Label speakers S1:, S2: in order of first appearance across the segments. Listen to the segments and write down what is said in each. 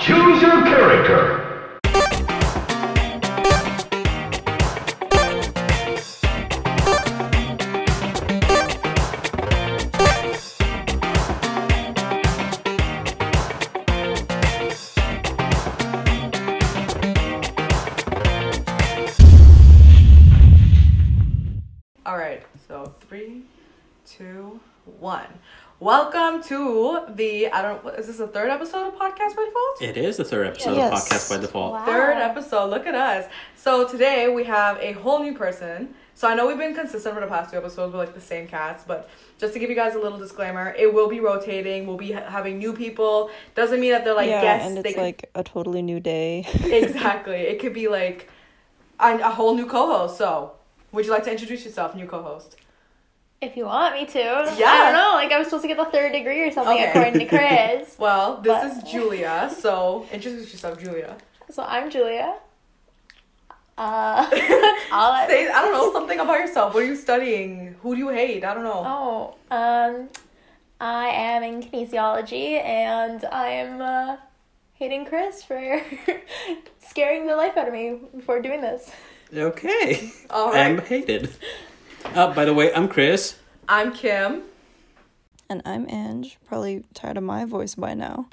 S1: Choose your character.
S2: 'em. All right, so three, two, one. Welcome to the I don't. what- Is this the third episode of Podcast by Default?
S3: It is the third episode of
S4: Yes.
S3: Podcast by Default.
S4: Wow.
S2: Third episode. Look at us. So today we have a whole new person. So I know we've been consistent for the past two episodes with like the same cats, but just to give you guys a little disclaimer, it will be rotating. We'll be ha- having new people. Doesn't mean that they're like
S4: yeah,
S2: guests.
S4: and
S2: They
S4: it's
S2: could-
S4: like a totally new day.
S2: exactly. It could be like a, a whole new co-host. So would you like to introduce yourself, new co-host?
S5: If you want me to. I
S2: Yeah.
S5: don't know. Like I was supposed to get the third degree or something
S2: Okay.
S5: according to Chris.
S2: Well, this
S5: But-
S2: is Julia. So introduce yourself, Julia.
S5: so I'm Julia. Uh that's all I
S2: Say I don't know something about yourself. What are you studying? Who do you hate? I don't know.
S5: Oh, um I am in kinesiology and I am uh hating Chris for scaring the life out of me before doing this.
S3: Okay.
S5: Oh.
S2: All
S3: I'm
S2: right.
S3: hated. Uh, by the way, I'm Chris.
S2: I'm Kim.
S4: and I'm Ange, probably tired of my voice by now.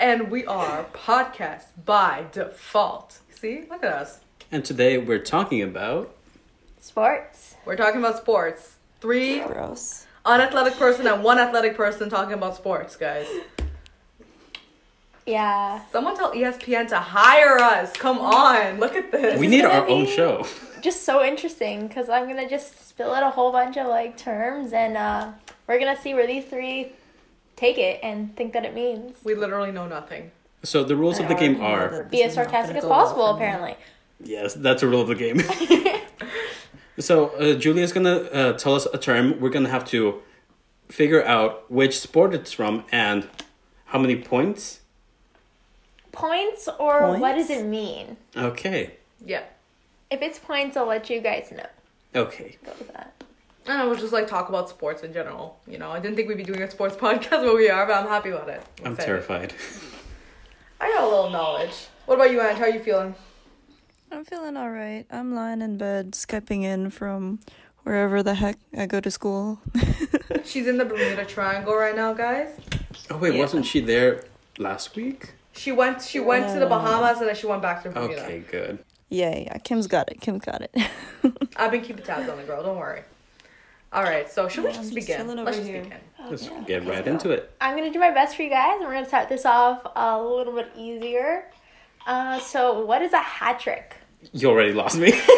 S2: And we are podcast by default. See, look at us.
S3: And today we're talking about.
S5: Sports.
S2: We're talking about sports. Three
S4: Gross.
S2: unathletic person and one athletic person talking about sports, guys.
S5: Yeah.
S2: Someone tell E ESPN to hire us. Come on, look at this.
S3: we
S5: is
S3: need
S5: gonna
S3: our own
S5: be-
S3: show.
S5: Just so interesting because I'm gonna just spill out a whole bunch of like terms and uh we're gonna see where these three take it and think that it means.
S2: we literally know nothing.
S3: So the rules of the game are.
S5: be as sarcastic as possible, apparently.
S3: Yes, that's a rule of the game. so uh, Julia's gonna uh, tell us a term. We're gonna have to figure out which sport it's from and how many points.
S5: Points or what does
S4: Points?
S5: it mean?
S3: Okay.
S2: Yeah.
S5: If it's points, I'll let you guys know.
S3: Okay.
S5: Go with that.
S2: And I will just like talk about sports in general. You know, I didn't think we'd be doing a sports podcast, but we are. But I'm happy about it.
S3: I'm
S2: excited.
S3: terrified.
S2: I got a little knowledge. What about you, Ange? How are you feeling?
S4: I'm feeling alright. I'm lying in bed, skyping in from wherever the heck I go to school.
S2: She's in the Bermuda Triangle right now, guys.
S3: Oh wait, wasn't she there last week?
S2: She went. She went to the Bahamas and then she went back to Bermuda.
S3: Oh. Okay, good.
S4: yeah, yeah. Kim's got it. Kim's got it.
S2: I've been keeping tabs on the girl. Don't worry. All right. So should we
S4: Yeah, I'm
S2: just
S4: just
S2: begin?
S4: chilling
S2: Let's
S4: over
S2: just
S4: here.
S2: begin.
S3: Let's get right into it.
S5: I'm gonna do my best for you guys, and we're gonna start this off a little bit easier. Uh, so, what is a hat trick?
S3: You already lost me.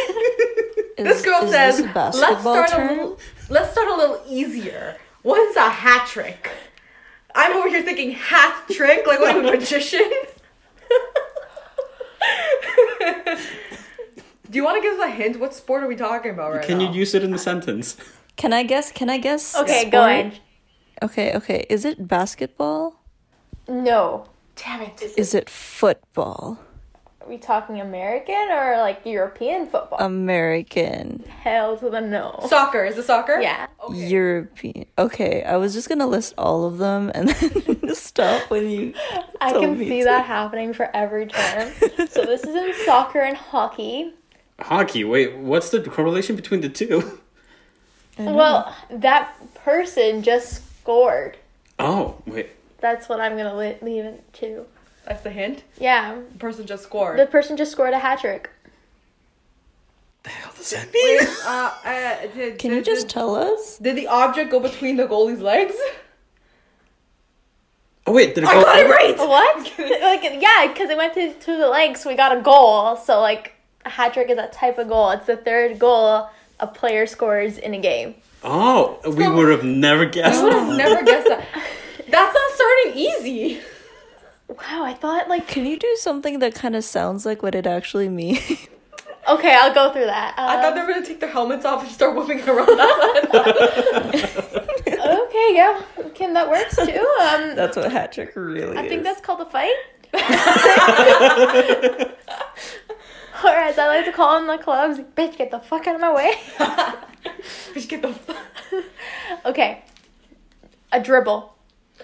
S2: This
S4: Is-
S2: girl
S4: is
S2: says,
S4: this a
S2: "Let's
S4: basketball
S2: start a
S4: term?
S2: little. Let's start a little easier. What's a hat trick? I'm over here thinking hat trick. Like what? am I, A magician? Do you want to give us a hint? What sport are we talking about right
S3: Can
S2: now?
S3: you use it in a sentence?
S4: Can I guess? Can I guess?
S5: Okay,
S4: sport?
S5: go ahead.
S4: Okay, okay. Is it basketball?
S5: No.
S2: Damn it!
S4: Is it football?
S5: Are we talking American or like European football?
S4: American?
S5: Hell to the no.
S2: Soccer is it soccer?
S5: Yeah.
S4: European? Okay, I was just gonna list all of them and then just stop when you.
S5: I
S4: told
S5: can
S4: me
S5: see
S4: to.
S5: that happening for every term. so, this is in soccer and hockey.
S3: Hockey. Wait, what's the correlation between the two?
S2: Mm-hmm.
S5: Well, that person just scored.
S3: Oh, wait.
S5: That's what I'm gonna li- leave it to.
S2: That's the hint.
S5: Yeah,
S2: The person just scored.
S5: the person just scored a hat trick.
S3: The hell does that mean?
S2: uh, uh, did,
S4: Can you
S2: did-
S4: just tell us?
S2: Did the object go between the goalie's legs?
S3: Oh wait, did it
S2: I
S3: go
S2: got it
S3: over?
S2: right!
S5: What? like, yeah, because it went to, to the legs, we got a goal. So, like, a hat trick is that type of goal. It's the third goal a player scores in a game.
S3: Oh, we would have never guessed.
S2: I would have never guessed that. That's not starting easy.
S5: Wow, I thought, like,
S4: Can you do something that kind of sounds like what it actually means?
S5: okay, I'll go through that. Uh,
S2: I thought they were gonna take their helmets off and start whipping around us.
S5: okay, yeah, Kim, that works too. Um,
S4: That's what hat trick really
S5: I
S4: is.
S5: think that's called a fight. or as I like to call in the clubs, bitch, get the fuck out of my way.
S2: Bitch, get the fuck.
S5: Okay. A dribble.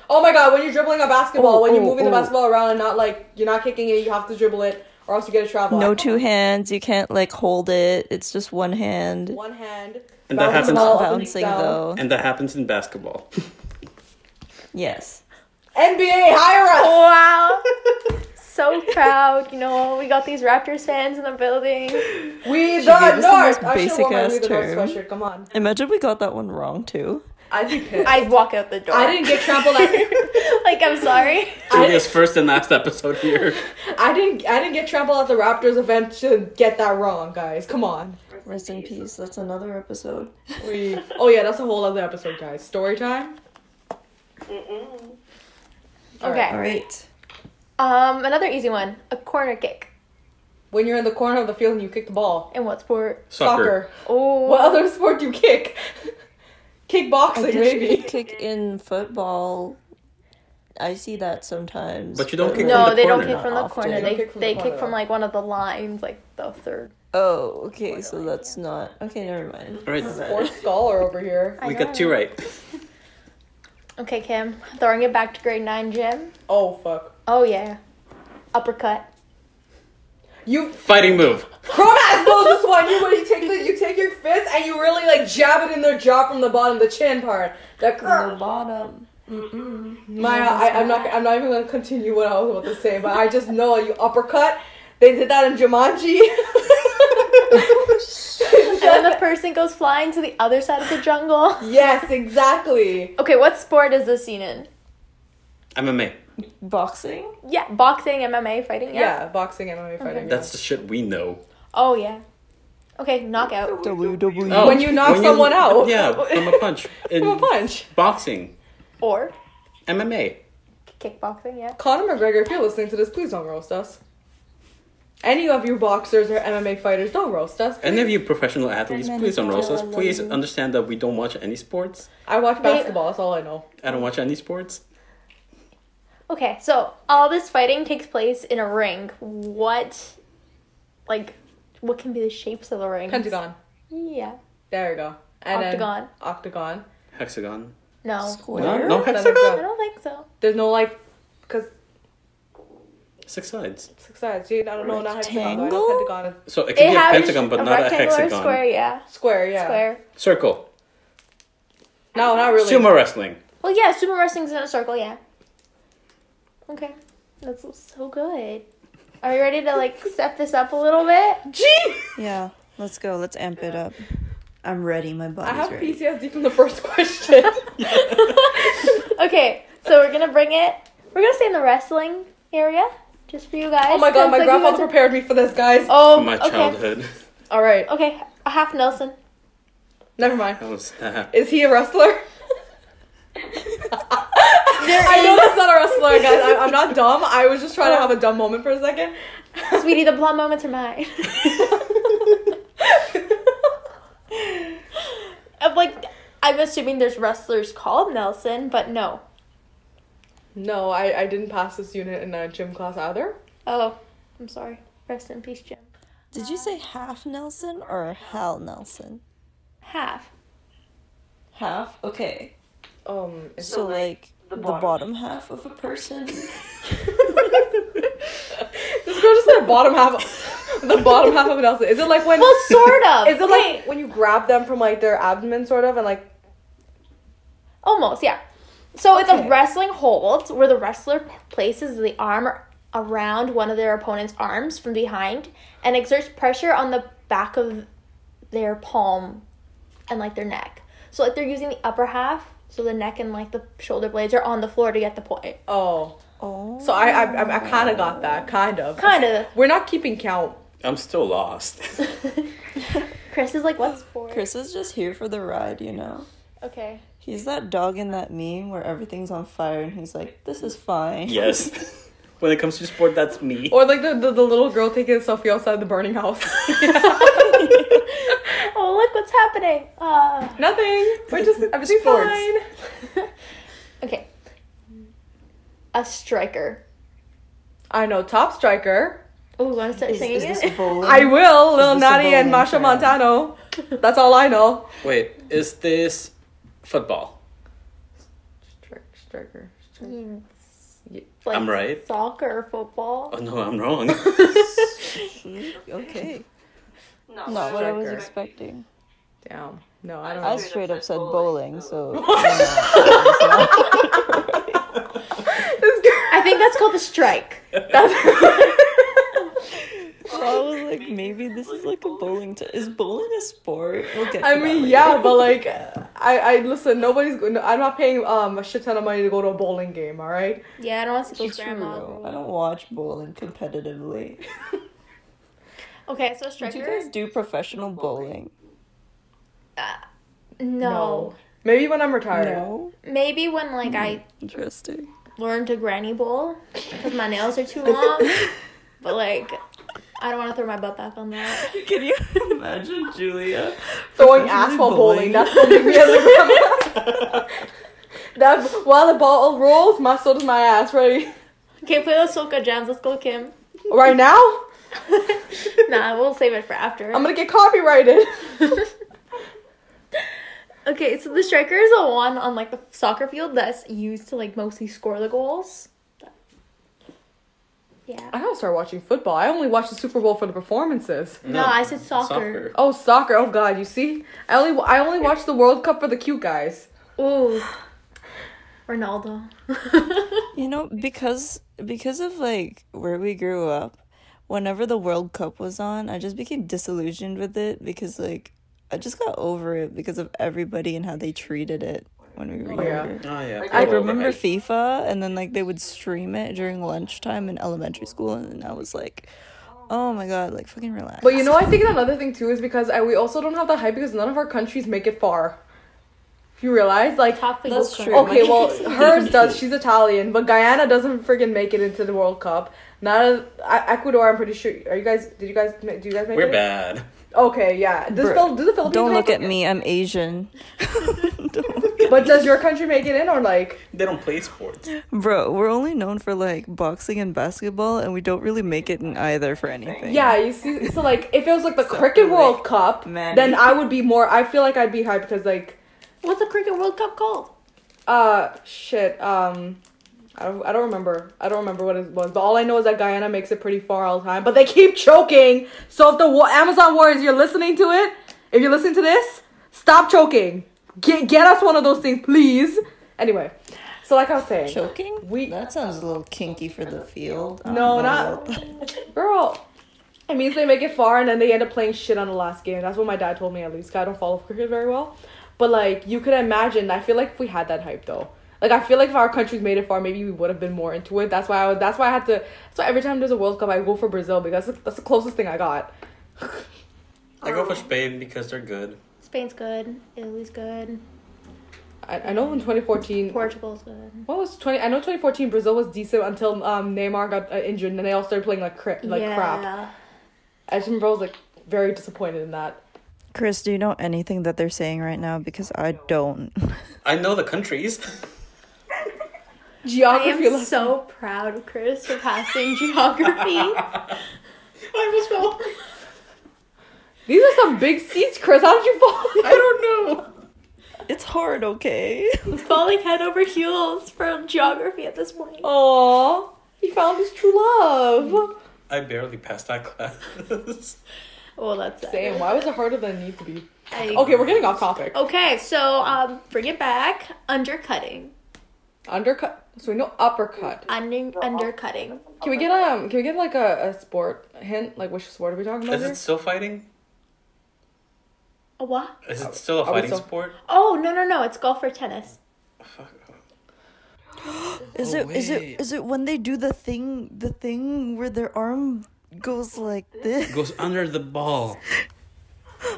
S2: Oh my god, when you're dribbling a basketball,
S4: Oh,
S2: when you're
S4: oh,
S2: moving the
S4: oh.
S2: basketball around and not like you're not kicking it, you have to dribble it or else you get a travel.
S4: No
S2: out.
S4: two hands. You can't like hold it. It's just one hand.
S2: One hand.
S3: And that
S2: bounce
S3: happens-
S4: It's
S2: ball
S4: not
S2: up and
S4: bouncing
S2: down.
S4: though.
S3: And that happens in basketball.
S4: Yes.
S2: NBA, hire us.
S5: Wow.
S4: Oh.
S5: so proud. You know, we got these Raptors fans in the building.
S2: We the
S4: She gave us the
S2: North. I should have
S4: most
S2: worn my
S4: basic-ass
S2: We the North
S4: term.
S2: sweatshirt. Come on.
S4: Imagine we got that one wrong too.
S2: I'd be pissed.
S5: I'd walk out the door.
S2: I didn't get trampled. At,
S5: like, I'm sorry.
S3: Julia's first and last episode here.
S2: I didn't. I didn't get trampled at the Raptors event to get that wrong, guys. Come on.
S4: Rest in peace. That's another episode.
S2: We. Oh yeah, that's a whole other episode, guys. Story time.
S5: Okay.
S4: All right.
S5: Um, another easy one. A corner kick.
S2: When you're in the corner of the field and you kick the ball.
S5: In what sport?
S3: Soccer.
S5: Oh.
S2: What other sport do you kick? Kickboxing, maybe.
S4: kick in football. I see that sometimes.
S3: But you don't kick
S5: no,
S3: from the
S5: they
S3: corner.
S5: don't kick from the
S4: Often.
S5: corner.
S4: They
S5: They
S2: don't kick from the
S5: they
S2: corner.
S5: kick from like one of the lines, like the third.
S4: Oh, okay. So that's not okay. Never mind.
S3: All right.
S2: Or scholar over here.
S5: I
S3: We
S5: know.
S3: got two right.
S5: Okay, Kim. Throwing it back to grade nine, Jim.
S2: Oh fuck.
S5: Oh yeah. Uppercut.
S2: You
S3: Fighting move.
S2: Chrome ass knows this one. You you take the, you take your fist and you really like jab it in their jaw from the bottom, the chin part. That
S4: The bottom. Mm-mm.
S2: my I, I'm not I'm not even gonna continue what I was about to say, but I just know you uppercut. They did that in Jumanji.
S5: And then the person goes flying to the other side of the jungle.
S2: yes, exactly.
S5: Okay, what sport is this scene in?
S3: MMA.
S4: Boxing.
S5: Yeah, boxing, MMA, fighting.
S2: Yeah, boxing and MMA fighting.
S3: That's the shit we know.
S5: Oh yeah. Okay, knockout.
S4: WWE.
S3: Oh,
S2: When you knock someone out.
S3: Yeah, from a punch. In
S2: From a punch.
S3: Boxing.
S5: Or
S3: MMA.
S5: kickboxing, yeah.
S2: Conor McGregor, if you're listening to this, please don't roast us. Any of you boxers or MMA fighters, don't roast us.
S3: Any of you professional athletes,
S4: Amen.
S3: please don't roast us.
S4: Yeah, I love
S3: Please
S4: you.
S3: understand that we don't watch any sports.
S2: I watch
S5: They-
S2: basketball. That's all I know.
S3: I don't watch any sports.
S5: Okay, so all this fighting takes place in a ring. What like what can be the shapes of the ring?
S2: Pentagon.
S5: Yeah.
S2: There we go. And then-
S5: Octagon.
S2: octagon.
S3: Hexagon.
S5: No.
S3: No,
S4: Square.
S3: no
S2: Then
S5: I
S2: we've
S3: hexagon.
S2: got-
S5: don't think so.
S2: There's no like, cause
S3: Six sides.
S2: six sides. See, I don't know. Not hexagon. though. I know
S4: Rectangle?
S2: pentagon.
S3: So it could be a
S5: has
S3: pentagon, but
S5: a
S3: not a
S5: rectangle or
S3: hexagon.
S5: square, yeah.
S2: Square. Yeah.
S5: Square.
S3: Circle.
S2: No, not really.
S3: Sumo wrestling.
S5: Well, yeah, sumo wrestling's in a circle, yeah. Okay. That's so good. Are you ready to like step this up a little bit?
S2: Gee,
S4: Yeah. Let's go. Let's amp it up. I'm ready. My
S2: I
S4: body's
S2: have
S4: ready.
S2: PTSD from the first question.
S5: Okay, so we're gonna bring it. We're gonna stay in the wrestling area just for you guys.
S2: oh my god,
S5: 'cause,
S2: my
S5: like, we
S2: grandfather
S5: went to-
S2: prepared me for this, guys.
S5: Oh,
S3: From my
S5: okay.
S3: childhood.
S2: All right,
S5: Okay, a half Nelson.
S2: never mind.
S3: That was uh,
S2: Is he a wrestler? I know that's not a wrestler, guys. I, I'm not dumb. I was just trying to have a dumb moment for a second.
S5: Sweetie, the blonde moments are mine. I'm like, I'm assuming there's wrestlers called Nelson, but no.
S2: no, I, I didn't pass this unit in a gym class either.
S5: Oh, I'm sorry. Rest in peace, Jim.
S4: Did you say half Nelson or Hal Nelson?
S5: Half.
S4: Half. Okay.
S2: Um, it's-
S4: So like the bottom, half of a person.
S2: this girl just said bottom half, the bottom half of an Elsa. Is it like when?
S5: Well, sort of.
S2: Is it
S5: Okay,
S2: like when you grab them from like their abdomen, sort of, and like
S5: almost? Yeah. So it's
S4: Okay.
S5: a wrestling hold where the wrestler places the arm around one of their opponent's arms from behind and exerts pressure on the back of their palm and like their neck. So like they're using the upper half, so the neck and like the shoulder blades are on the floor to get the point.
S2: oh.
S4: Oh.
S2: So I I, I, I kind of got that, kind of.
S5: Kind of.
S2: We're not keeping count.
S3: I'm still lost.
S5: Chris is like, what's for?
S4: Chris is just here for the ride, you know.
S5: Okay.
S4: He's that dog in that meme where everything's on fire and he's like, "This is fine."
S3: yes. When it comes to sport, that's me.
S2: Or like the the, the little girl taking a selfie outside the burning house.
S5: Oh look, what's happening? Uh.
S2: Nothing. We're just everything's
S4: Sports.
S2: fine.
S5: okay. A striker.
S2: I know top striker.
S5: Oh, you want to start
S4: Is,
S5: singing
S4: is this
S5: it?
S4: bowling?
S2: I will, Lil
S4: Mm. this a
S2: Natty and
S4: bowling
S2: Masha
S4: term?
S2: Montano. That's all I know.
S3: Wait, is this football?
S2: Strik- striker,
S5: Like
S3: I'm right.
S5: Soccer, or football.
S3: Oh no, I'm wrong.
S4: Okay.
S6: Not,
S4: Not what I was
S2: Striker.
S4: expecting.
S2: Damn. No, I don't
S4: I
S2: know.
S4: straight up said bowling, so.
S5: I think that's called the strike.
S4: I was like, maybe this is like a bowling. T- is bowling a sport? We'll get
S2: I
S4: to that
S2: mean,
S4: later.
S2: yeah, but like, I, I listen. Nobody's. go- No, I'm not paying um a shit ton of money to go to a bowling game. All right.
S5: Yeah, I don't want to see those
S4: True. I
S5: grandma.
S4: don't watch bowling competitively.
S5: Okay, so
S4: Do you
S5: striker.
S4: guys do professional bowling?
S5: no.
S2: Maybe when I'm retired.
S4: No.
S5: Maybe when like I
S3: Mm-hmm.
S4: Interesting.
S5: learn to granny bowl because my nails are too long. but like, I don't want to throw my butt back on that.
S4: Can you imagine Julia?
S2: Throwing
S4: Professionally
S2: asphalt bowling.
S4: bowling.
S2: That's what makes me as a grandma. That while the ball rolls, my so does my ass. Ready?
S5: Okay, play those soca jams. Let's go, Kim.
S2: Right now,
S5: nah, we'll save it for after.
S2: I'm gonna get copyrighted.
S5: okay, so the striker is the one on like the soccer field that's used to like mostly score the goals.
S2: I
S5: Yeah.
S2: gotta start watching football. I only watch the Super Bowl for the performances.
S5: No, I said soccer.
S2: Oh, soccer. Oh God, you see, I only I only watch the World Cup for the cute guys.
S5: Ooh. Ronaldo.
S4: You know, because because of like where we grew up, whenever the World Cup was on, I just became disillusioned with it because like I just got over it because of everybody and how they treated it when we were
S2: yeah.
S4: younger.
S3: Oh yeah.
S4: I remember FIFA, and then like they would stream it during lunchtime in elementary school, and I was like, "Oh my god, like fucking relax."
S2: But you know, I think another thing too is because I, we also don't have the hype because none of our countries make it far. You realize, like,
S5: Top Oh, for
S4: That's
S5: Joker.
S4: true.
S2: okay,
S4: My
S2: well,
S4: country's
S2: hers
S4: not
S2: does.
S4: big.
S2: She's Italian, but Guyana doesn't friggin' make it into the World Cup. Not a, I- Ecuador. I'm pretty sure. Are you guys? Did you guys? ma- Do you guys make it?
S3: We're
S2: in?
S3: bad.
S2: Okay, yeah. Does
S4: Bruh,
S2: Phil, do the Philippines?
S4: don't
S2: make
S4: look
S2: it?
S4: at me. I'm Asian, Don't look at-
S2: But does your country make it in or like?
S3: They don't play sports.
S4: bro. We're only known for like boxing and basketball, and we don't really make it in either for anything.
S2: Yeah, you see, so like if it was like the Cricket World Cup,
S4: man.
S2: then I would be more. I feel like I'd be hyped because like,
S5: What's the Cricket World Cup called?
S2: uh, shit, um, I don't, I don't remember. I don't remember what it was, but all I know is that Guyana makes it pretty far all the time. But they keep choking. So if the wa- Amazon Warriors, you're listening to it, if you're listening to this, stop choking. Get get us one of those things, please. Anyway, so like I was saying,
S4: choking.
S2: We-
S4: that sounds a little kinky for the field. I
S2: No,
S4: don't know
S2: not-
S4: about that.
S2: girl. It means they make it far and then they end up playing shit on the last game. That's what my dad told me at least. 'cause I don't follow cricket very well, but like you could imagine. I feel like if we had that hype though, like I feel like if our countries made it far, maybe we would have been more into it. That's why I was. That's why I had to. So every time there's a World Cup, I go for Brazil because that's the, that's the closest thing I got.
S3: I go for Spain because they're good.
S5: Spain's good. Italy's good.
S2: I, I know in 2014.
S5: Portugal's good.
S2: What was 20? I know 2014 Brazil was decent until um Neymar got uh, injured and then they all started playing like cra- like crap. I just remember I was like very disappointed in that.
S4: Chris, do you know anything that they're saying right now? Because I don't.
S3: I know the countries.
S5: I
S2: Geography.
S5: am
S2: lesson.
S5: so proud of Chris for passing geography.
S3: I was wrong.
S2: These are some big seats, Chris. How did you fall?
S3: I don't know.
S4: It's hard, okay?
S5: Falling head over heels from geography at this point.
S2: Aww, he found his true love.
S3: I barely passed that class.
S5: Well, that's sad.
S2: Damn, why was it harder than it needed to be?
S5: I-
S2: Okay, we're getting off topic.
S5: Okay, so um, bring it back. Undercutting.
S2: Undercut. So we know uppercut.
S5: Under undercutting.
S2: Can we get um? Can we get like a, a sport hint? Like which sport are we talking about
S3: Is
S2: here?
S3: it still fighting?
S5: A what?
S3: Is it still a
S2: I would
S3: fighting
S2: still-
S3: sport?
S5: Oh no no no! It's golf or tennis.
S4: Is
S3: Oh,
S4: it is
S3: wait.
S4: it is it when they do the thing the thing where their arm goes like this?
S3: Goes under the ball.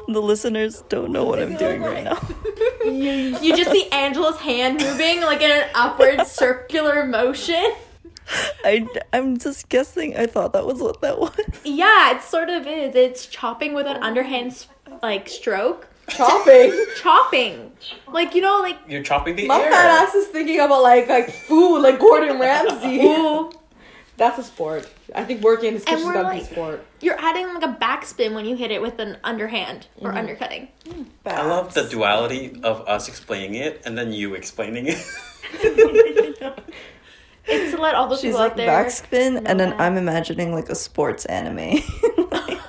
S4: The listeners don't know what I'm doing right now.
S5: You just see Angela's hand moving like in an upward circular motion.
S4: I I'm just guessing. I thought that was what that was.
S5: Yeah, it sort of is. It's chopping with an underhand s- like stroke.
S2: Chopping.
S5: Chopping, like you know, like
S3: You're chopping the
S2: My
S3: air.
S2: fat ass is thinking about like like food, like Gordon Ramsay.
S5: ooh,
S2: That's a sport. I think working in his kitchen's
S5: we're
S2: gotta be
S5: like-
S2: a sport.
S5: you're adding like a backspin when you hit it with an underhand or
S4: Mm-hmm.
S5: undercutting.
S3: I love the duality of us explaining it and then you explaining it.
S5: It's to let all those
S4: She's
S5: people
S4: like
S5: out there.
S4: backspin, and then
S5: that.
S4: I'm imagining like a sports anime. Like,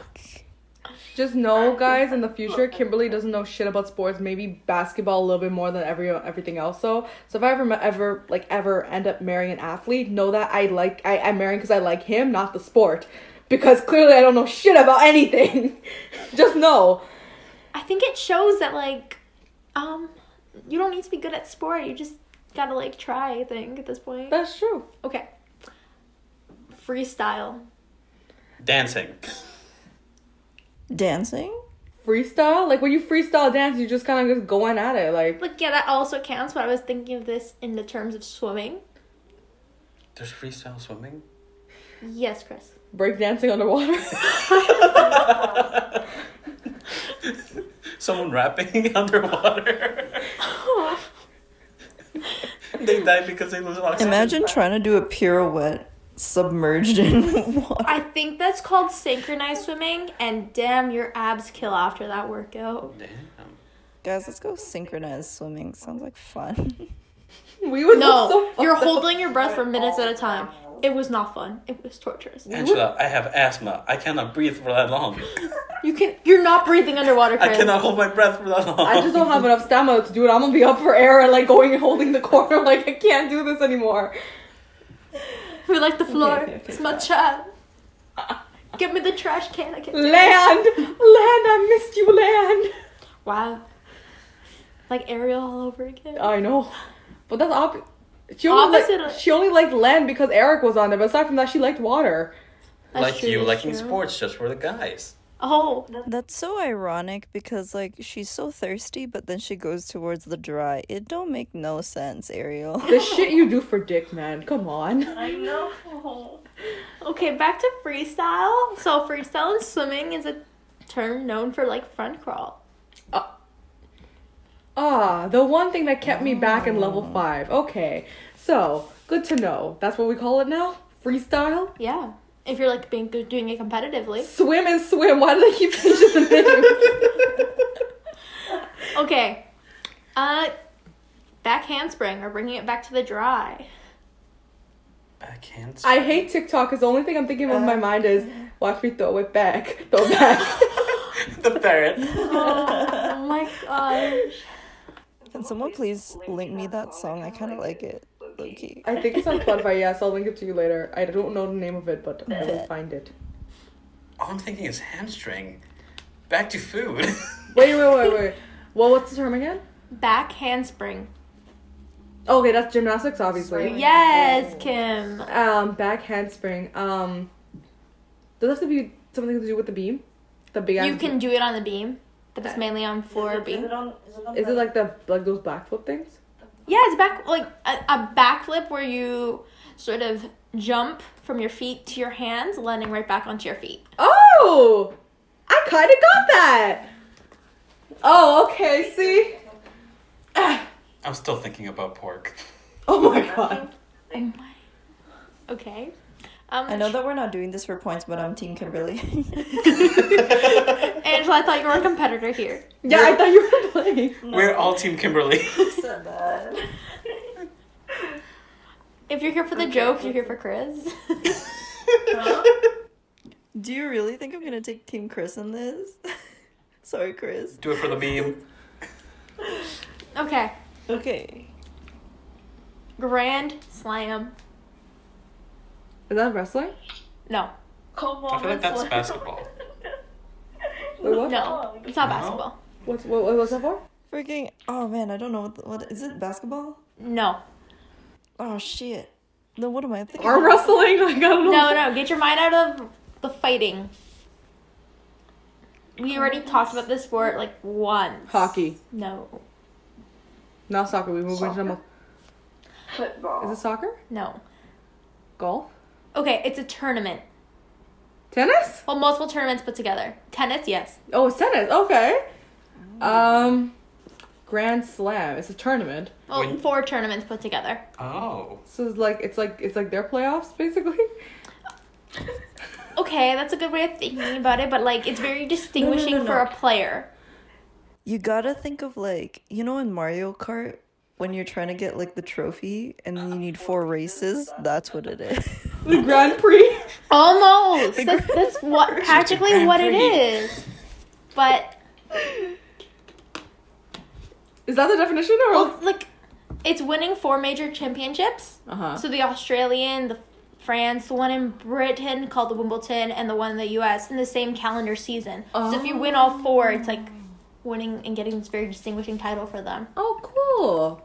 S2: Just know, guys, in the future, Kimberly doesn't know shit about sports. Maybe basketball a little bit more than every everything else. So, so if I ever ma- ever like ever end up marrying an athlete, know that I like I I'm marrying because I like him, not the sport. Because clearly, I don't know shit about anything. Just know.
S5: I think it shows that like, um, you don't need to be good at sport. You just gotta like try. I think at this point.
S2: That's true.
S5: Okay. Freestyle.
S3: Dancing.
S4: dancing?
S2: Freestyle, like when you freestyle dance, you're just kind of just going at it. Like
S5: Like yeah, that also counts. But I was thinking of this in the terms of swimming.
S3: There's freestyle swimming.
S5: Yes, Chris.
S2: breakdancing underwater.
S3: Someone rapping underwater. they die because they lose oxygen.
S4: Imagine trying to do a pirouette submerged in water.
S5: I think that's called synchronized swimming, and damn, your abs kill after that workout.
S3: Damn.
S4: Guys, let's go synchronized swimming. Sounds like fun.
S2: we would look so
S5: No,
S2: fucked
S5: you're
S2: up.
S5: holding your breath for minutes at a time. It was not fun. It was torturous.
S3: Angela, I have asthma. I cannot breathe for that long.
S5: You can. You're not breathing underwater,
S3: I
S5: Chris.
S3: cannot hold my breath for that long.
S2: I just don't have enough stamina to do it. I'm gonna be up for air and like going and holding the corner. Like I can't do this anymore.
S5: We like the floor.
S4: okay, okay,
S5: it's my child. Give me the trash can. I can.
S2: Land, land, I missed you, land.
S5: Wow. Like Ariel all over again.
S2: I know, but that's op- she only
S5: Opposite
S2: Liked,
S5: of-
S2: she only liked land because Eric was on there. But aside from that, she liked water.
S5: That's
S3: like
S5: true,
S3: you
S5: that's
S3: liking
S5: true.
S3: sports just for the guys.
S5: Oh,
S4: That's so ironic because like she's so thirsty, but then she goes towards the dry. It don't make no sense, Ariel.
S2: The shit you do for dick, man. Come on.
S5: I know. Okay, back to freestyle. So freestyle and swimming is a term known for like front crawl.
S2: Ah, the one thing that kept me back in
S5: Ah.
S2: level five. Okay, so good to know. That's what we call it now. Freestyle.
S5: Yeah, if you're like being doing it competitively.
S2: Swim and swim. Why do they keep changing the name?
S5: Okay. Uh, back handspring or bringing it back to the dry.
S3: Backhands.
S2: I hate TikTok because the only thing I'm thinking of in my
S5: Uh.
S2: mind is watch me throw it back, throw it back.
S3: the parrot.
S5: Oh my gosh.
S4: Can someone please link me that song? I kind of like it, Loki.
S2: I think it's on Spotify. Yes, I'll link it to you later. I don't know the name of it, but I will find it.
S3: All I'm thinking is hamstring. Back to food.
S2: Wait, wait, wait, wait. Well, what's the term again?
S5: Back handspring.
S2: Okay, that's gymnastics,
S5: Oh
S2: obviously.
S5: Yes, Kim.
S2: Um, back handspring. Um, does it have to be something to do with the beam? The big.
S5: You can do it on the beam, but it's mainly on floor beam.
S2: Is it like the like those backflip things?
S5: Yeah, it's back like a, a backflip where you sort of jump from your feet to your hands, landing right back onto your feet.
S2: Oh, I kind of got that. Oh, okay. See.
S3: I'm still thinking about pork.
S2: Oh my god.
S5: Okay. Um,
S4: I know that we're not doing this for points, but I'm Team Kimberly.
S5: Angela, I thought you were a competitor here.
S2: Yeah, I thought you were playing.
S3: We're all Team Kimberly.
S5: If you're here for the joke, you're here for Chris.
S4: Do you really think I'm gonna take Team Chris in this? Sorry, Chris.
S3: Do it for the meme.
S5: okay.
S4: Okay.
S5: Grand slam.
S2: Is that wrestling?
S5: No.
S3: I feel like that's basketball.
S2: Wait, what?
S5: No. It's not basketball.
S2: What's, what, what was that for?
S4: Freaking. Oh man, I don't know what. The, what is it? Basketball?
S5: No.
S4: Oh shit. Then what am I thinking?
S2: Arm wrestling? Like, I don't know.
S5: No, no. Get your mind out of the fighting. We already talked about this sport like once.
S2: Hockey.
S5: No.
S2: Not soccer. We moved into mo- Is
S6: Football.
S2: it soccer?
S5: No.
S2: Golf?
S5: Okay, it's a tournament.
S2: Tennis?
S5: Well, multiple tournaments put together. Tennis, yes.
S2: Oh, it's tennis. Okay. Um, Grand Slam. It's a tournament.
S5: Well,
S3: When-
S5: four tournaments put together.
S3: Oh.
S2: So it's like it's like it's like their playoffs basically.
S5: Okay, that's a good way of thinking about it, but like it's very distinguishing
S4: no,
S5: for
S4: no.
S5: a player.
S4: You gotta think of like you know in Mario Kart when you're trying to get like the trophy and then you need four races, that's what it is.
S2: The Grand Prix.
S5: Almost. That's, that's what practically
S3: Grand
S5: what it
S3: Prix.
S5: is. But
S2: Is that the definition or?
S5: well, like, it's winning four major championships.
S3: Uh-huh.
S2: Uh huh.
S5: So the Australian, the France, the one in Britain called the Wimbledon, and the one in the U.S. in the same calendar season. So if you win all four, it's like winning and getting this very distinguishing title for them.
S2: Oh, cool.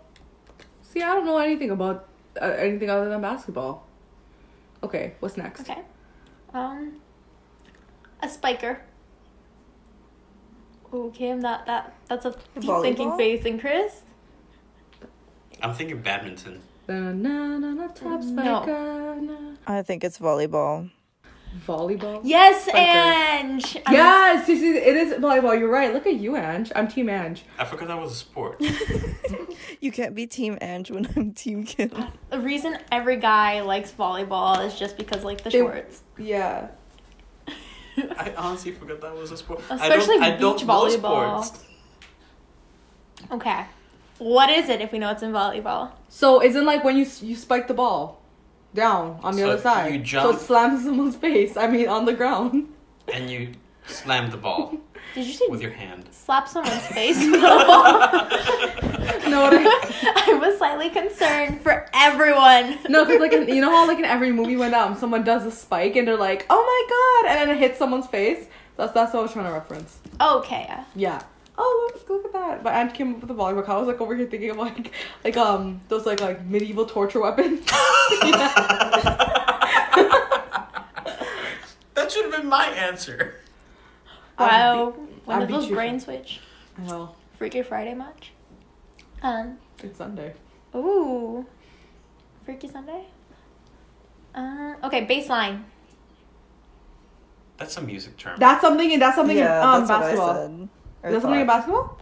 S2: See, I don't know anything about uh, anything other than basketball. Okay, what's next?
S5: Okay. Um, a spiker. Okay, I'm not that. That's a deep thinking
S4: Volleyball?
S5: face. And Chris,
S3: I'm thinking badminton.
S2: Na na na na top
S5: No.
S2: spiker. na.
S4: I think it's volleyball.
S2: Volleyball.
S5: yes, Ange. I'm-
S2: Yes, you see, it is volleyball. You're right. Look at you, Ange. I'm Team Ange.
S3: I forgot that was a sport.
S4: You can't be team Ange when I'm team Kim.
S5: The reason every guy likes volleyball is just because like the shorts.
S2: Yeah.
S3: I honestly forgot that was a sport.
S5: Especially
S3: I don't, I don't
S5: beach
S3: know
S5: volleyball.
S3: sports.
S5: Okay. What is it if we know it's in volleyball?
S2: So isn't like when you s- you spike the ball down on the
S3: So
S2: other side,
S3: you
S2: so
S3: jump.
S2: it slams someone's face. I mean, on the ground.
S3: And you slam the ball
S5: Did you say
S3: with your hand.
S5: slap someone's face with a ball?
S2: No, what I-
S5: I was slightly concerned for everyone.
S2: no, because like in, you know how like in every movie when um someone does a spike and they're like, oh my god, and then it hits someone's face. That's that's what I was trying to reference.
S5: Okay. yeah.
S2: Yeah. Oh, look, look at that! But Aunt came up with the volleyball. I was like over here thinking of like, like um those like like medieval torture weapons.
S3: That should have been my answer.
S2: I
S5: Wow. when did
S2: beat
S5: those
S2: you.
S5: brain switch?
S2: I know
S5: Freaky Friday match? Um.
S2: it's Sunday.
S5: Ooh. Freaky Sunday? Uh, okay, baseline.
S3: That's a music term.
S2: That's something, and that's something in um, basketball.
S4: said. Or
S2: Is that something in
S4: thought.
S2: basketball?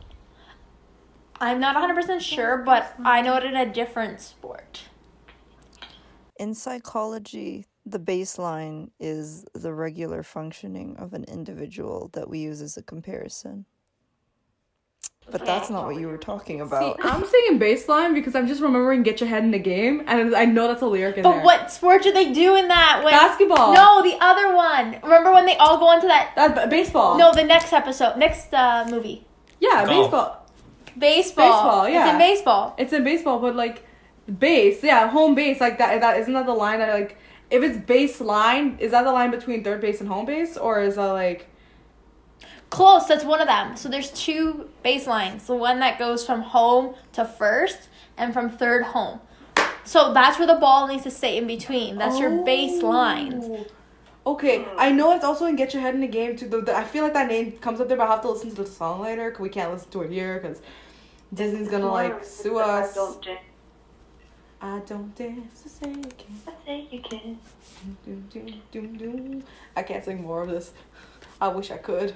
S5: I'm not 100% sure, but I know it in a different sport.
S4: In psychology, the baseline is the regular functioning of an individual that we use as a comparison. But that's not what you were talking
S2: See,
S4: about.
S2: I'm saying baseline because I'm just remembering "Get Your Head in the Game," and I know that's a lyric in
S5: But
S2: there.
S5: what sport do they do in that? When-
S2: Basketball.
S5: No, the other one. Remember when they all go into that?
S2: That b- baseball.
S5: No, the next episode, next uh, movie.
S2: Yeah,
S3: Golf.
S2: baseball.
S5: Baseball.
S2: Baseball,
S5: It's
S2: yeah.
S5: in baseball.
S2: It's in baseball, but like base, yeah, home base, like that. That isn't that the line that like if it's baseline, is that the line between third base and home base, or is that like
S5: Close. That's one of them. So there's two baselines. The one that goes from home to first, and from third home. So that's where the ball needs to stay in between. That's your
S2: Oh.
S5: baselines.
S2: Okay, I know it's also in Get Your Head in the Game too. The, the- I feel like that name comes up there, but I have to listen to the song later. 'cause we can't listen to it here because Disney's gonna like sue us. I don't dance to say you can. Doom, doom, doom, doom. I can't sing more of this. I wish I could.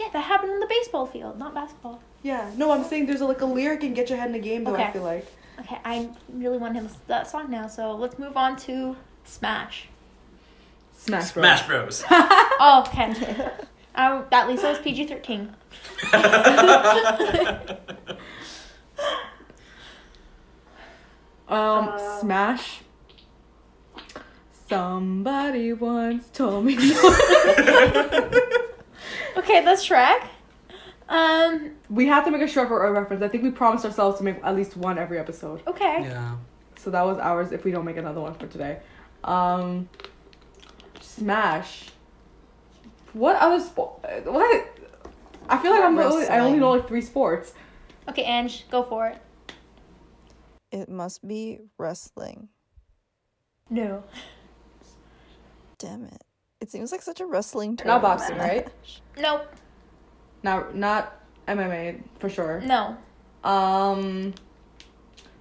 S5: Yeah, that happened on the baseball field, not basketball.
S2: Yeah, no, I'm saying there's a, like a lyric in Get Your Head in the Game though. I
S5: Okay.
S2: feel like
S5: Okay, I really want to hear that song now. So let's move on to Smash.
S2: Smash Bros.
S3: Smash Bros.
S5: Oh, okay. um, at least it was PG thirteen.
S2: Um, Smash. Somebody once told me.
S5: Okay, that's Shrek. Um.
S2: We have to make a short for a reference. I think we promised ourselves to make at least one every episode.
S5: Okay.
S3: yeah.
S2: So that was ours if we don't make another one for today. Um Smash. What other sport? What? I feel like I'm the only, I only know like three sports.
S5: Okay, Ange, go for it.
S4: it must be wrestling.
S5: No.
S4: Damn it. It seems like such a wrestling term.
S2: Not boxing, right?
S5: Nope.
S2: Not not MMA for sure.
S5: No.
S2: Um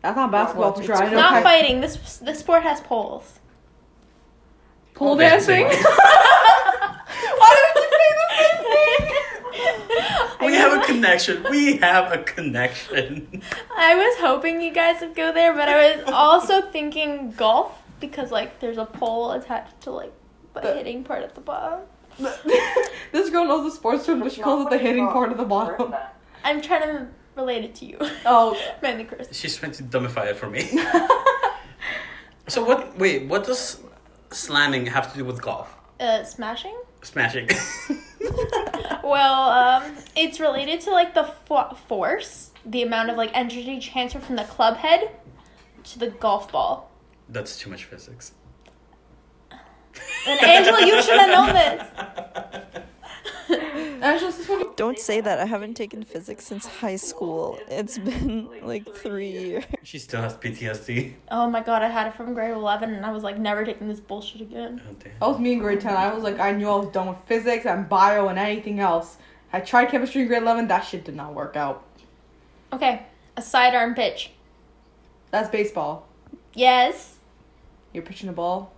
S2: that's not basketball for sure. I know
S5: Not
S2: ki-
S5: fighting. This this sport has poles.
S2: pole dancing.
S5: Why did you say the
S3: We have a connection. We have a connection.
S5: I was hoping you guys would go there, but I was also thinking golf because like there's a pole attached to like the hitting part at the bottom.
S2: this girl knows the sports term, but she calls it the hitting part of the bottom.
S5: I'm trying to related to you.
S2: Oh,
S5: Manly curse.
S3: She's trying to dumbify it for me. so what? Wait, what does slamming have to do with golf?
S5: Uh, smashing?
S3: Smashing.
S5: Well, um, it's related to like the fo- force, the amount of like energy transfer from the club head to the golf ball.
S3: That's too much physics.
S5: And Angela, you should have known this.
S2: Angela, this one-
S4: Don't say that. I haven't taken physics since high school. It's been like three years.
S3: She still has PTSD.
S5: Oh my god, I had it from grade eleven, and I was like never taking this bullshit again.
S3: Oh, damn.
S2: that was me in grade ten. I was like, I knew I was done with physics and bio and anything else. I tried chemistry in grade eleven. That shit did not work out.
S5: Okay, a sidearm pitch.
S2: That's baseball.
S5: Yes.
S2: You're pitching a ball,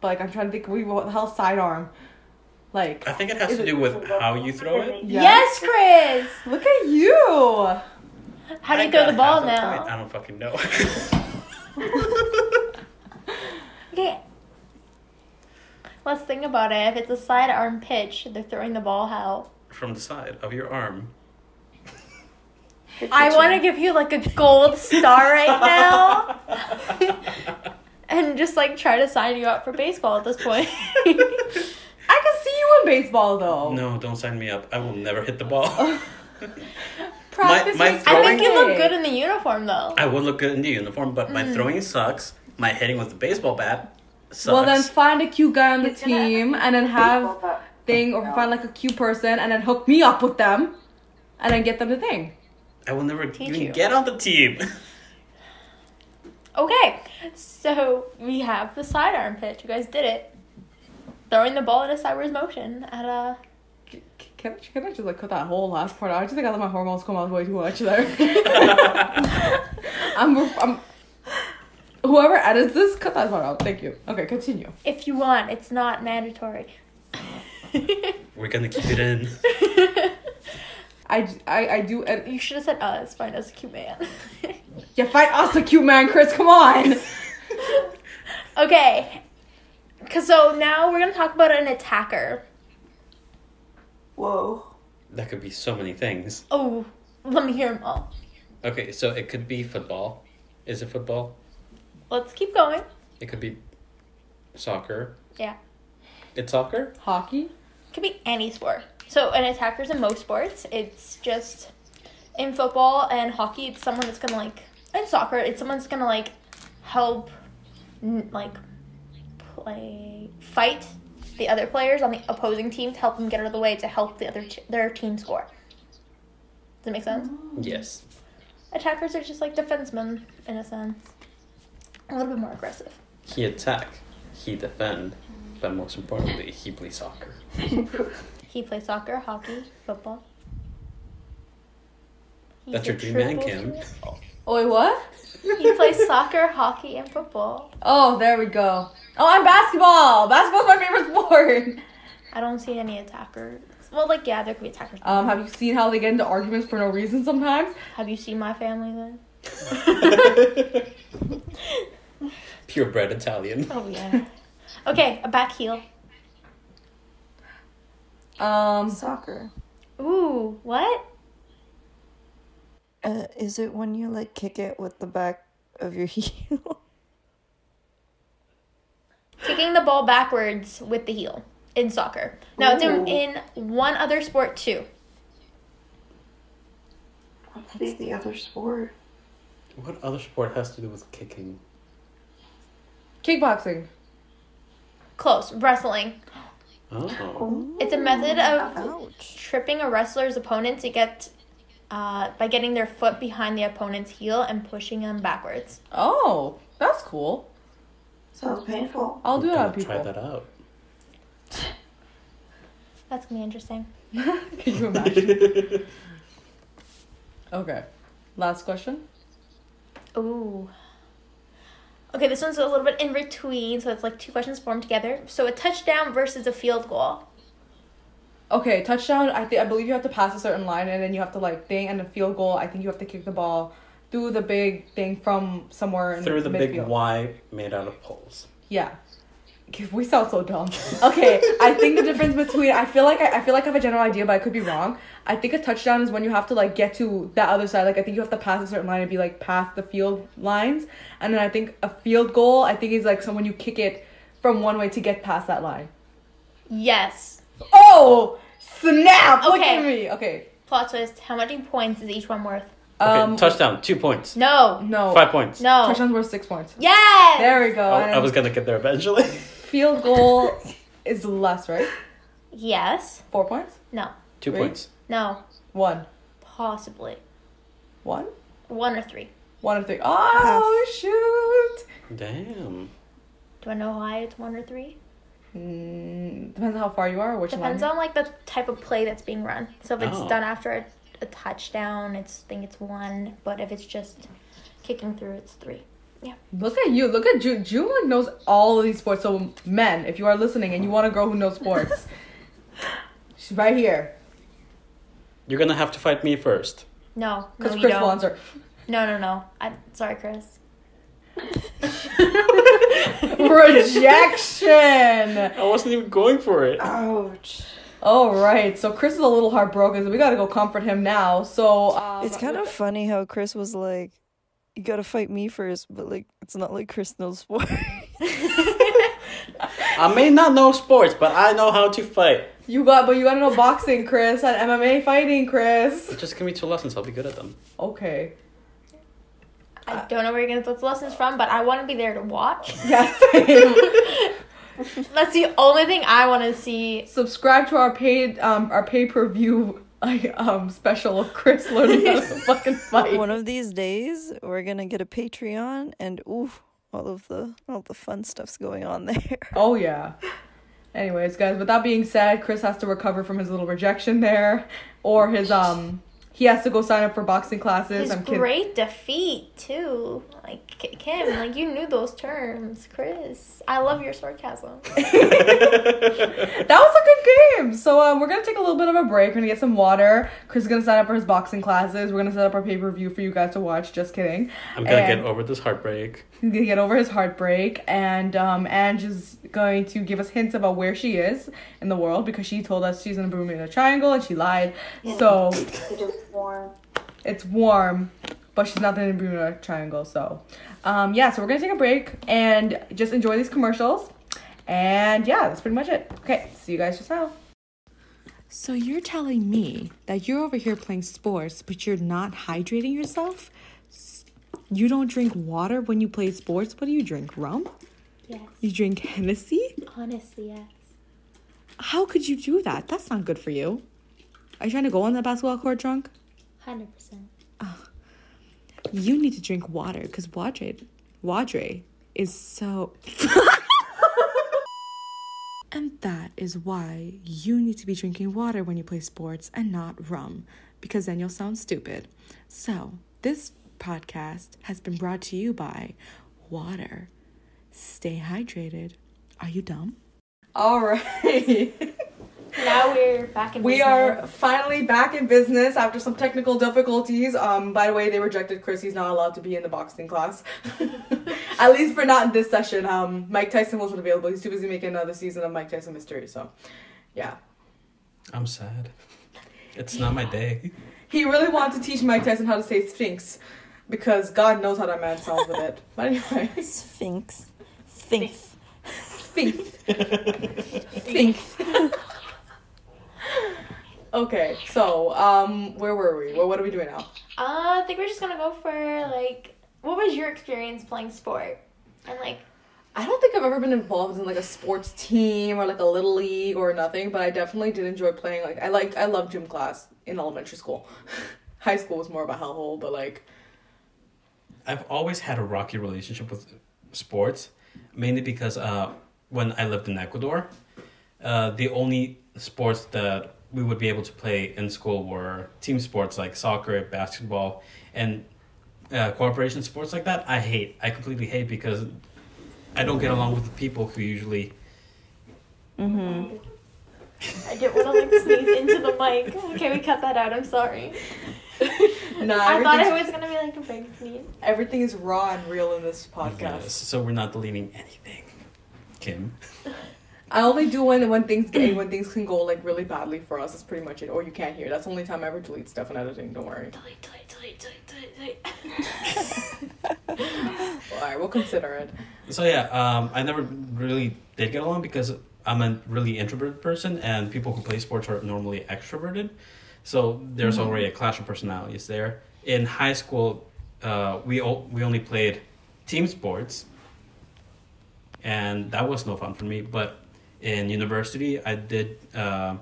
S2: but like I'm trying to think. We what the hell sidearm? Like
S3: I think it has to do with how you throw it.
S2: yeah.
S5: Yes, Chris.
S2: Look at you.
S5: How
S3: I
S5: do you throw
S3: got
S5: the ball
S3: half a point.
S5: now?
S3: I don't fucking know.
S5: Okay. Let's think about it. If it's a sidearm pitch, they're throwing the ball how?
S3: From the side of your arm.
S5: I want to give you like a gold star right now. and just like try to sign you up for baseball at this point.
S2: I can see you in baseball though.
S3: No, don't sign me up. I will never hit the ball.
S2: Practice
S3: my
S2: makes
S5: I
S3: throwing-
S5: think
S2: perfect.
S5: you look good in the uniform though.
S3: I would look good in the uniform, but
S5: Mm.
S3: my throwing sucks. My hitting with the baseball bat sucks.
S2: Well, then find a cute guy on the team and then have thing or find like a cute person and then hook me up with them and then get them the thing.
S3: I will never even
S5: you.
S3: get on the team.
S5: Okay, so we have the sidearm pitch. You guys did it. Throwing the ball in a sideways motion at a.
S2: C- c- Can I, can I just like cut that whole last part out? I just think I let my hormones come out way too much there. I'm, I'm, whoever edits this, cut that part out. Thank you. Okay, continue.
S5: If you want, it's not mandatory.
S3: We're gonna keep it in.
S2: I, j- I, I do. Ed-
S5: you should have said us. Fine, us a cute man.
S2: yeah, find us a cute man, Chris. Come on.
S5: okay, cause so now we're gonna talk about an attacker.
S4: Whoa.
S3: That could be so many things.
S5: Oh, let me hear them all.
S3: Okay, so it could be football. Is it football?
S5: Let's keep going.
S3: It could be soccer.
S5: Yeah.
S3: It's soccer?
S2: Hockey?
S5: Could be any sport. So an attacker's in most sports. It's just in football and hockey. It's someone that's gonna like in soccer. It's someone that's gonna like help, n- like play fight the other players on the opposing team to help them get out of the way to help the other t- their team score. Does that make sense?
S3: Mm-hmm. Yes.
S5: Attackers are just like defensemen in a sense. A little bit more aggressive.
S3: He attack, he defend, but most importantly, he plays soccer.
S5: He plays soccer, hockey, football. He's
S3: That's
S5: a
S3: your dream man,
S5: triple
S3: Kim.
S5: threat.
S2: Oh, wait, what?
S5: He plays soccer, hockey, and football.
S2: Oh, there we go. Oh, I'm basketball. Basketball's my favorite sport.
S5: I don't see any attackers. Well, like yeah, there could be attackers.
S2: Um, have you seen how they get into arguments for no reason sometimes?
S5: Have you seen my family then?
S3: Purebred Italian.
S5: Oh yeah. okay, a back heel.
S2: Um,
S4: Soccer.
S5: Ooh, what?
S4: Uh, is it when you like kick it with the back of your heel?
S5: Kicking the ball backwards with the heel in soccer. Now it's in, in one other sport too.
S4: That's the other sport.
S3: What other sport has to do with kicking?
S2: kickboxing.
S5: Close wrestling.
S3: Oh.
S5: It's a method of
S4: Ouch.
S5: tripping a wrestler's opponent to get uh, by getting their foot behind the opponent's heel and pushing them backwards.
S2: Oh, that's cool.
S4: Sounds painful.
S2: I'll do
S3: I'm
S2: it on
S3: gonna
S2: people.
S3: Try that out.
S5: That's gonna be interesting.
S2: Can you imagine? okay, last question.
S5: Ooh. Okay, this one's a little bit in between, so it's like two questions formed together. So a touchdown versus a field goal.
S2: Okay, touchdown. I think I believe you have to pass a certain line, and then you have to like thing and a field goal. I think you have to kick the ball through the big thing from somewhere in
S3: Through the big
S2: midfield.
S3: Y made out of poles.
S2: Yeah, We sound so dumb. Okay, I think the difference between I feel like I, I feel like I have a general idea, but I could be wrong. I think a touchdown is when you have to like get to that other side. Like I think you have to pass a certain line and be like past the field lines, and then I think a field goal I think is like someone you kick it from one way to get past that line.
S5: Yes.
S2: Oh snap! Look
S5: Okay.
S2: at me. Okay.
S5: Plot twist. How many points is each one worth?
S3: Okay,
S2: Um,
S3: touchdown, two points.
S5: No.
S2: No. Oh.
S3: Five points. Oh,
S5: No.
S2: Touchdowns worth six points.
S5: Yes.
S2: There we go.
S3: I,
S2: and
S3: I was gonna get there eventually.
S2: field goal is less, right?
S5: Yes.
S2: Four points.
S5: No.
S3: two
S2: Three.
S3: points.
S5: No.
S2: One.
S5: Possibly.
S2: One.
S5: One or three.
S2: One of three. Oh shoot!
S3: Damn.
S5: Do I know why it's one or three?
S2: Mm, depends on how far you are. Which
S5: Depends
S2: line.
S5: on like the type of play that's being run. So if it's
S3: Oh.
S5: done after a, a touchdown, it's I think it's one. But if it's just kicking through, it's three.
S2: Look at you. Look at June. June like, knows all of these sports. So men, if you are listening and you want a girl who knows sports, she's right here.
S3: You're gonna have to fight me first.
S5: No, no,
S2: Because
S5: you
S2: Chris
S5: don't.
S2: wants her.
S5: No, no, no. I sorry, Chris.
S2: Rejection.
S3: I wasn't even going for it.
S4: Ouch.
S2: All right. So Chris is a little heartbroken. So we gotta go comfort him now. So um,
S4: It's kind of funny how Chris was like, "You gotta fight me first, but like, it's not like Chris knows sport.
S3: I may not know sports, but I know how to fight.
S2: you got, but you gotta know boxing, Chris, and MMA fighting, Chris.
S3: Just give me two lessons, I'll be good at them.
S2: Okay. Uh,
S5: I don't know where you're gonna get those lessons from, but I want to be there to watch.
S2: Yeah. Same.
S5: That's the only thing I want to see.
S2: subscribe to our paid um our pay per view um special of Chris learning how to fucking fight.
S4: One of these days, we're gonna get a Patreon, and ooh, all of the all the fun stuff's going on there.
S2: Oh yeah. Anyways, guys, with that being said, Chris has to recover from his little rejection there, or his um he has to go sign up for boxing classes.
S5: His
S2: I'm kidding.
S5: great defeat too. Like K- Kim, like you knew those terms, Chris. I love your sarcasm.
S2: That was a good game. So um, we're gonna take a little bit of a break. We're gonna get some water. Chris is gonna sign up for his boxing classes. We're gonna set up our pay per view for you guys to watch. Just kidding.
S3: I'm gonna
S2: And-
S3: get over this heartbreak.
S2: He's gonna get over his heartbreak, and um, Ange is going to give us hints about where she is in the world because she told us she's in the Bermuda Triangle and she lied. So
S6: It is warm.
S2: it's warm, but she's not in the Bermuda Triangle. So, um, yeah, so we're gonna take a break and just enjoy these commercials. And yeah, that's pretty much it. Okay, see you guys just now.
S7: So you're telling me that you're over here playing sports, but you're not hydrating yourself? S- You don't drink water when you play sports? What do you drink? Rum?
S5: Yes,
S7: You drink Hennessy?
S5: honestly, yes.
S7: How could you do that? That's not good for you. Are you trying to go on the basketball court drunk?
S5: Hundred percent.
S7: You need to drink water because water, water is so. and that is why you need to be drinking water when you play sports and not rum because then you'll sound stupid. So, this podcast has been brought to you by water. Stay hydrated. Are you dumb?
S2: All right.
S5: Now we're back in.
S2: We
S5: business.
S2: are finally back in business after some technical difficulties. Um, by the way, they rejected Chris. He's not allowed to be in the boxing class. At least for not in this session. Um, Mike Tyson wasn't available. He's too busy making another season of Mike Tyson Mystery. So, yeah.
S3: I'm sad. It's not my day.
S2: He really wanted to teach Mike Tyson how to say Sphinx because God knows how that man sounds with it. But anyway,
S4: Sphinx, Sphinx.
S2: Sphinx. Sphinx. okay, so um, where were we? Well, what are we doing now?
S5: Uh, I think we're just gonna go for like, what was your experience playing sport? And like,
S2: I don't think I've ever been involved in like a sports team or like a little league or nothing, but I definitely did enjoy playing. Like I liked, I loved gym class in elementary school. High school was more of a hellhole, but like
S3: I've always had a rocky relationship with sports, mainly because uh, when I lived in Ecuador, uh, the only sports that we would be able to play in school were team sports like soccer, basketball, and uh, cooperation sports like that. I hate. I completely hate because I don't get along with the people who usually.
S5: I didn't want to like sneeze into the mic. Okay, we cut that out. I'm sorry.
S2: nah,
S5: I thought
S2: everything's-
S5: it was gonna be like a big sneeze.
S2: everything is raw and real in this podcast.
S3: so we're not deleting anything. Kim.
S2: I only do when when things get when things can go like really badly for us. That's pretty much it. Or you can't hear. That's the only time I ever delete stuff in editing. Don't worry.
S5: Delete, delete, delete, delete, delete, delete.
S2: All right, we'll consider it.
S3: So yeah, um, I never really did get along because I'm a really introverted person, and people who play sports are normally extroverted. So there's already a clash of personalities there. In high school, uh, we all, we only played team sports, and that was no fun for me. But in university, I did uh,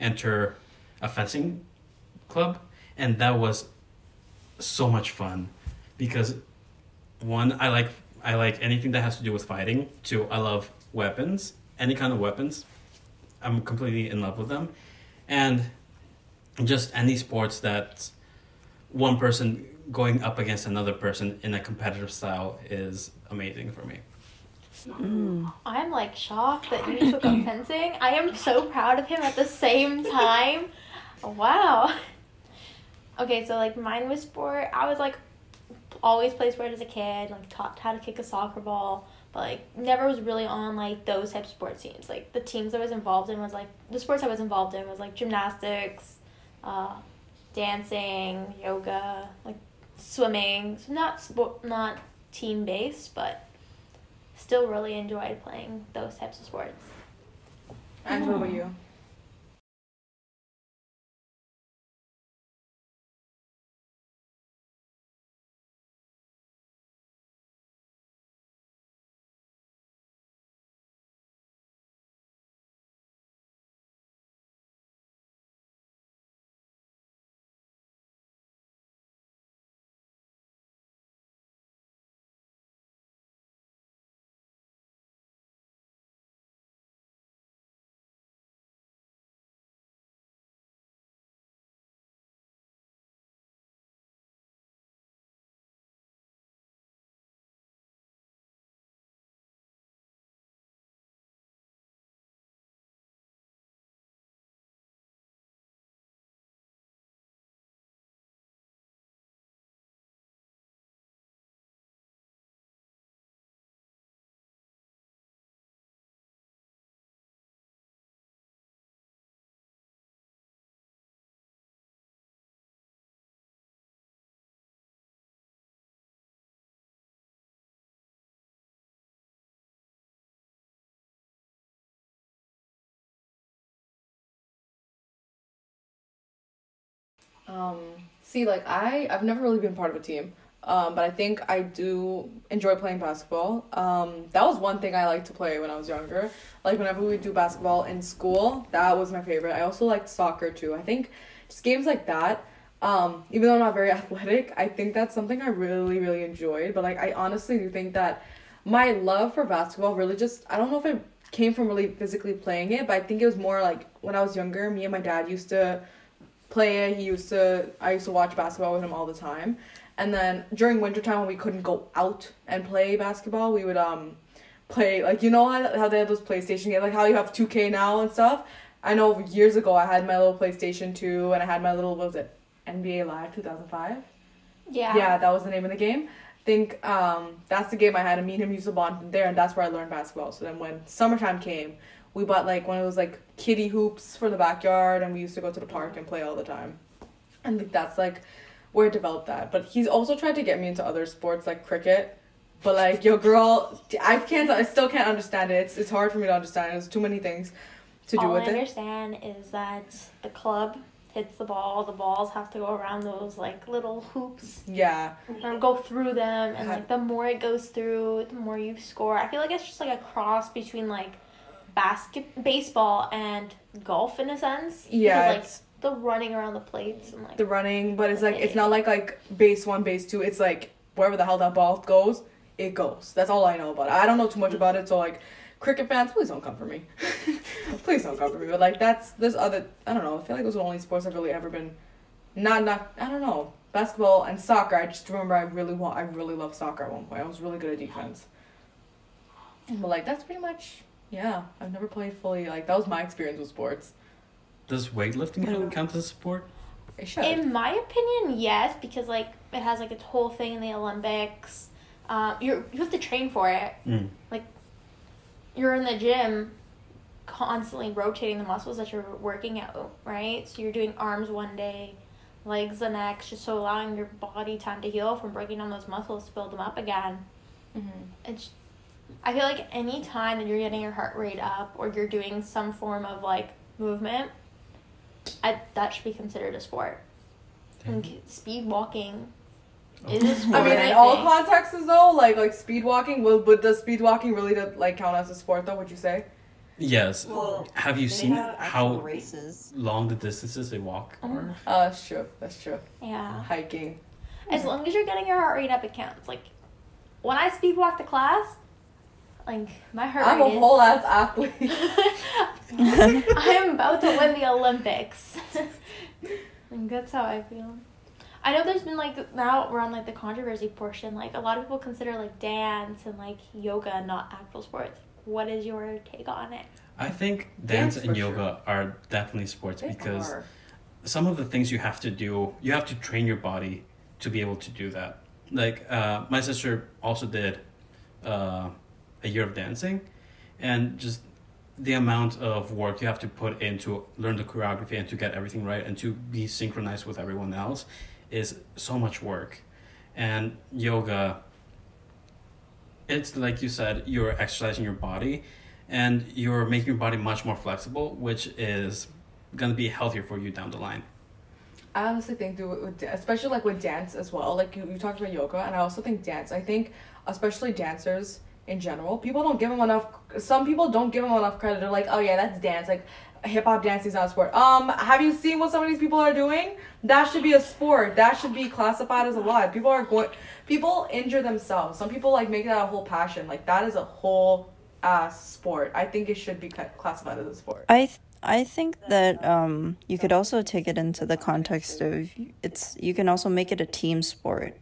S3: enter a fencing club, and that was so much fun because one i like i like anything that has to do with fighting two i love weapons any kind of weapons i'm completely in love with them and just any sports that one person going up against another person in a competitive style is amazing for me
S5: I'm like shocked that you took up fencing. I am so proud of him at the same time. Wow. Okay, so like mine was sport. I was like always played sport as a kid, like taught how to kick a soccer ball, but like never was really on like those type of sports teams. Like the teams I was involved in was like the sports I was involved in was like gymnastics, uh, dancing, yoga, like swimming. So not sport, not team based, but still really enjoyed playing those types of sports.
S2: And what about you? Um, see, like I, I've never really been part of a team. Um, but I think I do enjoy playing basketball. Um, that was one thing I liked to play when I was younger. Like whenever we do basketball in school, that was my favorite. I also liked soccer too. I think just games like that. Um, even though I'm not very athletic, I think that's something I really, really enjoyed. But like I honestly do think that my love for basketball really just I don't know if it came from really physically playing it, but I think it was more like when I was younger, me and my dad used to play it. He used to I used to watch basketball with him all the time. And then during wintertime when we couldn't go out and play basketball, we would um play like you know how, how they have those PlayStation games, like how you have 2K now and stuff. I know years ago I had my little PlayStation 2 and I had my little what was it? NBA Live 2005
S5: Yeah.
S2: yeah, that was the name of the game. I think um, that's the game I had. And me and him used to bond there, and that's where I learned basketball. So then when summertime came, we bought like one of those like kiddie hoops for the backyard, and we used to go to the park and play all the time. And like, that's like where I developed that. But he's also tried to get me into other sports like cricket. But like, yo, girl, I can't. I still can't understand it. It's it's hard for me to understand. There's too many things to do
S5: All
S2: with
S5: I
S2: it.
S5: understand is that the club hits the ball. The balls have to go around those like little hoops
S2: Yeah.
S5: and go through them. And
S2: Yeah.
S5: like the more it goes through, the more you score. I feel like it's just like a cross between like basket baseball and golf in a sense.
S2: Yeah,
S5: Because,
S2: it's-
S5: like the running around the plates and like
S2: the running, but it's like it's not like like base one, base two. It's like wherever the hell that ball goes, it goes. That's all I know about it. I don't know too much about it, so like cricket fans, please don't come for me. please don't come for me. But like that's there's other I don't know. I feel like those are the only sports I've really ever been. Not not I don't know basketball and soccer. I just remember I really want I really loved soccer at one point. I was really good at defense. But like that's pretty much yeah. I've never played fully like that was my experience with sports.
S3: Does weightlifting count as a sport?
S2: It should.
S5: In my opinion, yes, because like it has like its whole Uh, thing in the Olympics. Um, you you have to train for it.
S3: Mm.
S5: Like you're in the gym constantly rotating the muscles that you're working out, right? So you're doing arms one day, legs the next, just so allowing your body time to heal from breaking down those muscles to build them up again. It's, I feel like any time that you're getting your heart rate up or you're doing some form of like movement, I, that should be considered a sport. Like, speed walking is a sport.
S2: I mean, in
S5: think.
S2: all contexts though, like like speed walking, would would does speed walking really do- like count as a sport though? Would you say?
S3: Yes.
S4: Well,
S3: Have you
S4: They
S3: seen
S4: have
S3: how
S4: actual races. Oh.
S3: long the distances they walk are?
S2: Uh, that's true. That's true.
S5: yeah.
S2: Hiking.
S5: As long as you're getting your heart rate up, it counts. Like, when I speed walk to class, like, my heart
S2: I'm
S5: rate
S2: a whole ass athlete.
S5: is... I'm about to win the Olympics. like, that's how I feel. I know there's been, like, now we're on, like, the controversy portion. Like, a lot of people consider, like, dance and, like, yoga not actual sports. What is your take on it?
S3: I think dance
S2: Dance
S3: and
S2: for
S3: yoga are definitely sports
S2: They
S3: because
S2: are.
S3: some of the things you have to do, you have to train your body to be able to do that. Like uh, my sister also did uh, a year of dancing, and just the amount of work you have to put in to learn the choreography and to get everything right and to be synchronized with everyone else is so much work. And yoga, it's like you said, you're exercising your body and you're making your body much more flexible, which is gonna be healthier for you down the line.
S2: I honestly think, do it with, da- especially like with dance as well. Like you, you talked about yoga, and I also think dance. I think, especially dancers in general, people don't give them enough. Some people don't give them enough credit. They're like, oh yeah, that's dance. Like hip hop dancing is not a sport. Um, have you seen what some of these people are doing? That should be a sport. That should be classified as a lot. People are going. People injure themselves. Some people like make that a whole passion. Like that is a whole ass sport. I think it should be ca- classified as a sport.
S4: I th- I think that um, you could also take it into the context of it's. You can also make it a team sport,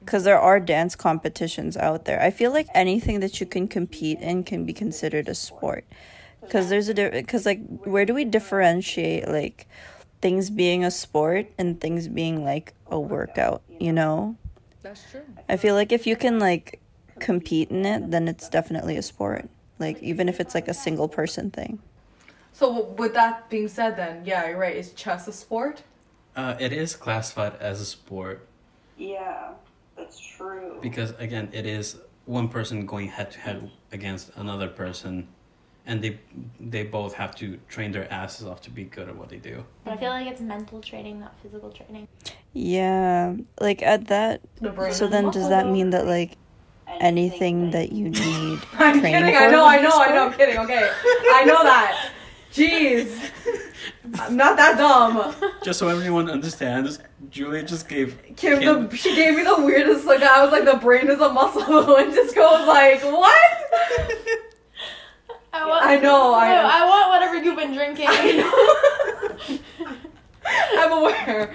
S4: because there are dance competitions out there. I feel like anything that you can compete in can be considered a sport, because there's a because like where do we differentiate like things being a sport and things being like a workout? You know,
S2: That's true.
S4: I feel like if you can like compete in it, then it's definitely a sport. Like even if it's like a single person thing.
S2: So w- with that being said, then yeah, you're right. Is chess a sport?
S3: Uh, it is classified as a sport
S8: Yeah, that's true.
S3: because, again, it is one person going head to head against another person, and they they both have to train their asses off to be good at what they do.
S5: But I feel like it's mental training, not physical training.
S4: Yeah, like at that.
S2: The brain.
S4: So then, does that mean that like anything that you need
S2: I'm
S4: training
S2: kidding.
S4: for?
S2: I know,
S4: would
S2: I
S4: be
S2: know, I
S4: sport?
S2: know. I'm kidding. Okay, I know that. Jeez, I'm not that dumb.
S3: Just so everyone understands, Julia just gave
S2: Kim, the, she gave me the weirdest look. I was like, the brain is a muscle, and just goes like, what?
S5: I, want,
S2: I know, I-
S5: No, I want whatever you've been drinking.
S2: I'm aware.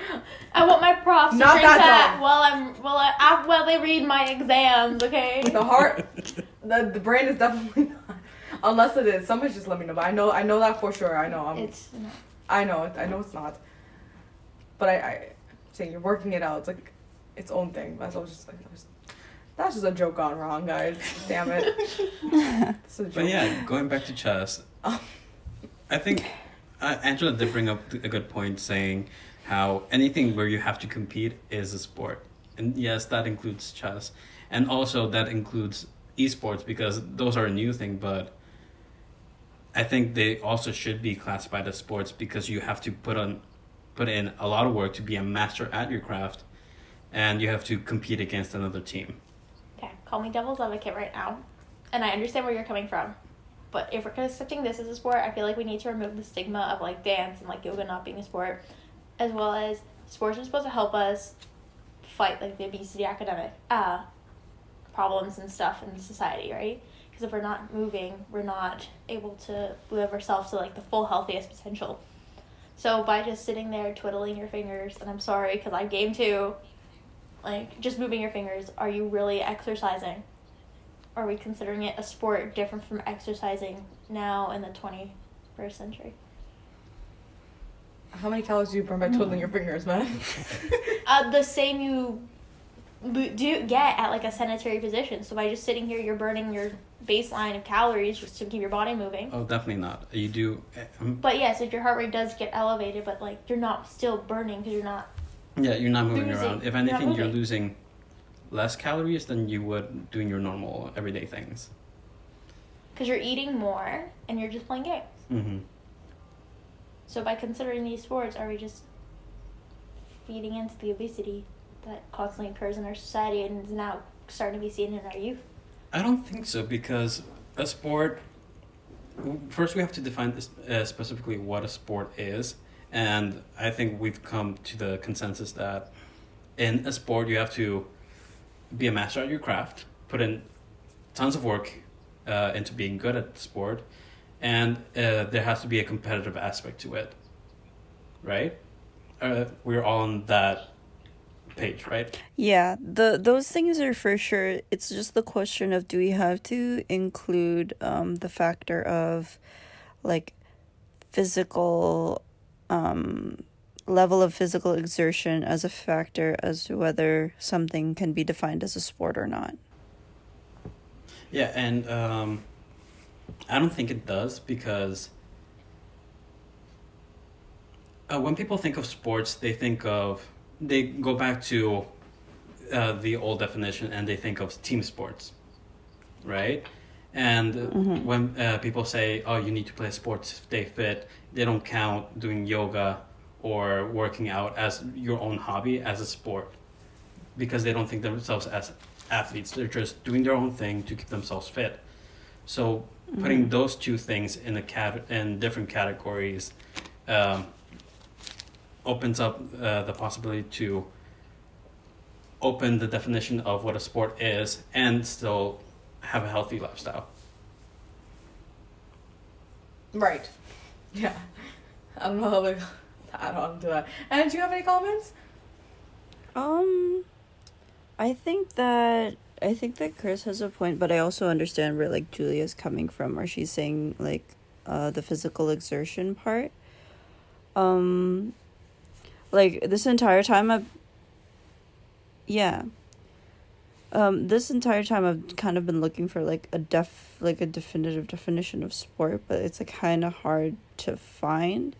S5: I want my profs
S2: Not
S5: to drink
S2: that
S5: that, while I'm while I af- while they read my exams. Okay.
S2: The heart, the, the brain is definitely not. Unless it is, somebody just let me know. But I know, I know that for sure. I know. I'm,
S5: It's
S2: I know it. I know it's not. But I, I saying you're working it out. It's like its own thing. That's all just like that was- that's just a joke gone wrong, guys. Damn it. It's a joke.
S3: But yeah, going back to chess,
S2: Oh.
S3: I think uh, Angela did bring up a good point saying how anything where you have to compete is a sport. And yes, that includes chess. And also that includes esports because those are a new thing, but I think they also should be classified as sports because you have to put on put in a lot of work to be a master at your craft and you have to compete against another team.
S5: okay. Call me devil's advocate right now, and I understand where you're coming from. But if we're accepting this as a sport, I feel like we need to remove the stigma of like dance and like yoga not being a sport, as well as sports are supposed to help us fight like the obesity academic uh, problems and stuff in society, right? Because if we're not moving, we're not able to live ourselves to like the full healthiest potential. So by just sitting there twiddling your fingers, and I'm sorry because I'm game too, like just moving your fingers, are you really exercising? Are we considering it a sport different from exercising now in the 21st century?
S2: Mm. How many calories do you burn by twiddling your fingers, man?
S5: Uh, the same you b- do get at like a sedentary position. So by just sitting here, you're burning your baseline of calories just to keep your body moving.
S3: Oh, definitely not. You do. um,
S5: But yes, if your heart rate does get elevated, but like you're not still burning because you're not.
S3: Yeah, you're not moving
S5: Losing.
S3: around. If
S5: You're not
S3: anything, you're
S5: moving.
S3: losing less calories than you would doing your normal everyday things.
S5: Because you're eating more and you're just playing games.
S3: Mm-hmm.
S5: So by considering these sports, are we just feeding into the obesity that constantly occurs in our society and is now starting to be seen in our youth?
S3: I don't think so because a sport. w- First, we have to define this, uh, specifically what a sport is, and I think we've come to the consensus that in a sport you have to be a master at your craft, put in tons of work uh, into being good at the sport, and uh, there has to be a competitive aspect to it, right? Uh, we're all on that page, right?
S4: Yeah, the those things are for sure. It's just the question of do we have to include um the factor of like physical um level of physical exertion as a factor as to whether something can be defined as a sport or not.
S3: Yeah, and um, I don't think it does because uh, when people think of sports, they think of they go back to uh, the old definition and they think of team sports, right? And when uh, people say, "Oh, you need to play sports to stay fit," they don't count doing yoga or working out as your own hobby as a sport because they don't think themselves as athletes. They're just doing their own thing to keep themselves fit. So putting those two things in a cat in different categories um, opens up uh, the possibility to open the definition of what a sport is and still have a healthy lifestyle.
S2: Right. Yeah. I don't know how to add on to that. And do you have any comments?
S4: Um, I think that I think that Chris has a point, but I also understand where like Julia's coming from, or she's saying like uh the physical exertion part. Um, like this entire time I've, yeah. Um, this entire time I've kind of been looking for like a def like a definitive definition of sport, but it's like kind of hard to find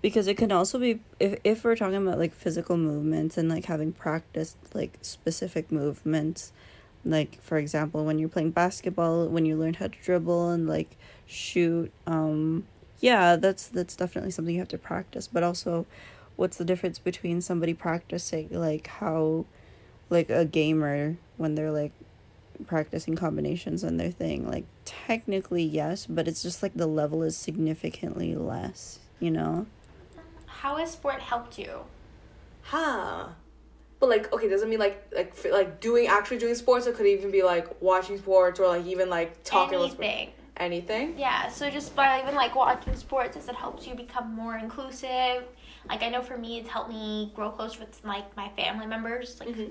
S4: because it can also be if, if we're talking about like physical movements and like having practiced like specific movements like for example when you're playing basketball when you learn how to dribble and like shoot um yeah that's that's definitely something you have to practice but also what's the difference between somebody practicing like how like a gamer when they're like practicing combinations on their thing like technically yes but it's just like the level is significantly less you know
S5: How has sport helped you?
S2: Huh. But like, okay, doesn't mean like like f- like doing actually doing sports. It could even be like watching sports or like even like talking about sports.
S5: Anything.
S2: Anything.
S5: Yeah, so just by even like watching sports, as it helps you become more inclusive. Like I know for me, it's helped me grow closer with like my family members, like
S2: Mm-hmm.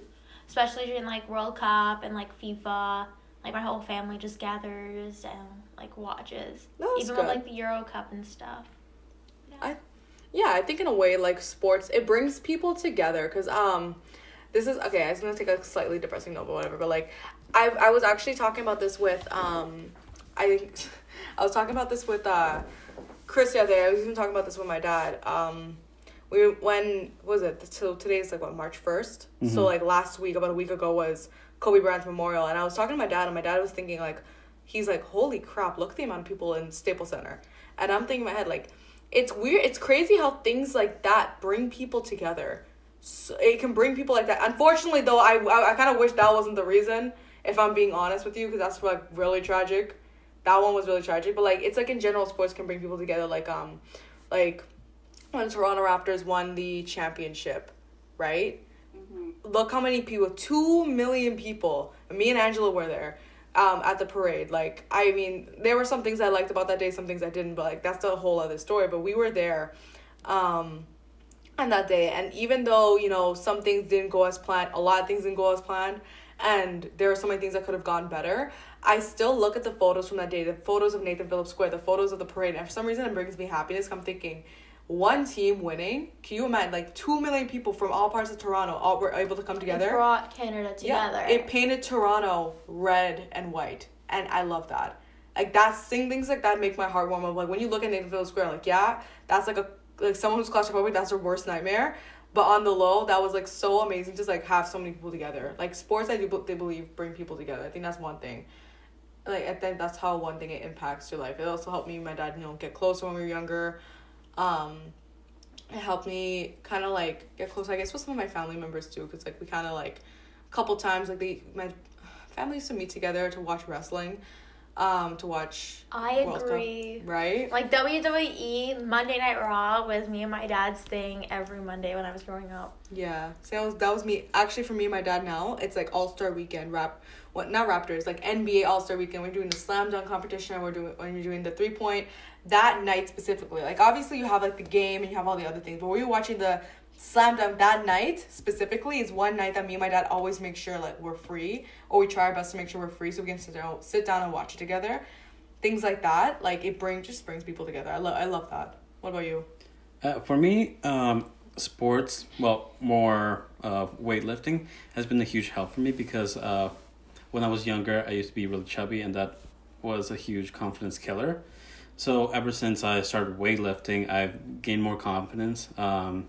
S5: especially during like World Cup and like FIFA. Like my whole family just gathers and like watches,
S2: That's
S5: even
S2: good.
S5: with like the Euro Cup and stuff.
S2: yeah i think in a way like sports it brings people together because um this is okay i was gonna take a slightly depressing note but whatever but like i i was actually talking about this with um i think i was talking about this with uh chris the other day i was even talking about this with my dad um we when was it so today's like what march 1st so like last week about a week ago was kobe bryant's memorial and i was talking to my dad and my dad was thinking like he's like, holy crap, look at the amount of people in Staples Center. And I'm thinking in my head, like, it's weird, it's crazy how things like that bring people together. So it can bring people like that. Unfortunately, though, I, I, I kind of wish that wasn't the reason, if I'm being honest with you, because that's like really tragic. That one was really tragic, but like, it's like in general, sports can bring people together. Like, um, like when Toronto Raptors won the championship, right? Look how many people, two million people. Me and Angela were there um, at the parade. Like, I mean, there were some things I liked about that day, some things I didn't, but like, that's a whole other story. But we were there um, on that day. And even though, you know, some things didn't go as planned, a lot of things didn't go as planned, and there were so many things that could have gone better, I still look at the photos from that day, the photos of Nathan Phillips Square, the photos of the parade, and for some reason it brings me happiness. I'm thinking, one team winning, can you imagine like two million people from all parts of Toronto all were able to come together?
S5: brought Canada together.
S2: Yeah, it painted Toronto red and white, and I love that. Like that's thing things like that make my heart warm up. Like when you look at Nathanville Square, like yeah, that's like a like someone who's claustrophobic, that's their worst nightmare. But on the low, that was like so amazing. Just like have so many people together. Like sports, I do be- they believe bring people together. I think that's one thing. Like I think that's how one thing it impacts your life. It also helped me and my dad, you know, get closer when we were younger. Um, it helped me kind of like get close i guess with some of my family members too because like we kind of like a couple times like they my family used to meet together to watch wrestling um to watch
S5: I
S2: World Cup,
S5: agree.
S2: right
S5: Like WWE Monday Night Raw was me and my dad's thing every Monday when I was growing up.
S2: yeah so that was, that was me actually for me and my dad now it's like all-star weekend rap what not raptors like nba all-star weekend we're doing the slam dunk competition we're doing when you're doing the three-point that night specifically like obviously you have like the game and you have all the other things but were you watching the slam dunk that night specifically is one night that me and my dad always make sure like we're free or we try our best to make sure we're free so we can sit down sit down and watch it together things like that like it bring just brings people together i love i love that what about you
S3: Uh, for me, um, sports, well, more uh, weightlifting, has been a huge help for me because uh, when I was younger, I used to be really chubby, and that was a huge confidence killer. So ever since I started weightlifting, I've gained more confidence, um,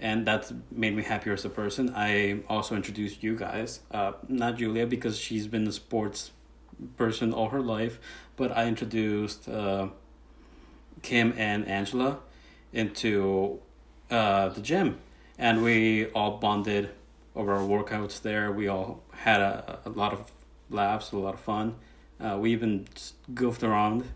S3: and that's made me happier as a person. I also introduced you guys, uh, not Julia because she's been a sports person all her life, but I introduced. Uh, Kim and Angela into uh, the gym, and we all bonded over our workouts there. We all had a, a lot of laughs, a lot of fun. Uh, we even just goofed around,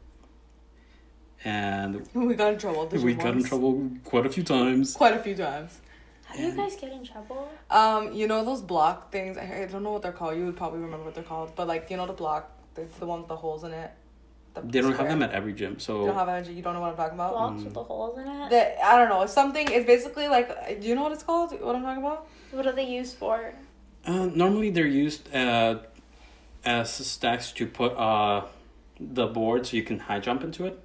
S3: and
S2: we got in trouble did you
S3: we got in
S2: once?
S3: trouble quite a few times.
S2: quite a few times
S5: How do you guys get in trouble?
S2: Um, you know those block things? I, I don't know what they're called. You would probably remember what they're called, but like you know the block, the, the one with the holes in it. The
S3: They don't have
S2: square.
S3: them at every gym,
S2: You don't
S3: so
S2: have energy. You don't know what I'm talking about.
S5: Blocks with the holes in it.
S2: The, I don't know. It's something. It's basically like. Do you know what it's called? What I'm talking about?
S5: what are they used for?
S3: uh, normally they're used uh, as stacks to put uh, the board so you can high jump into it.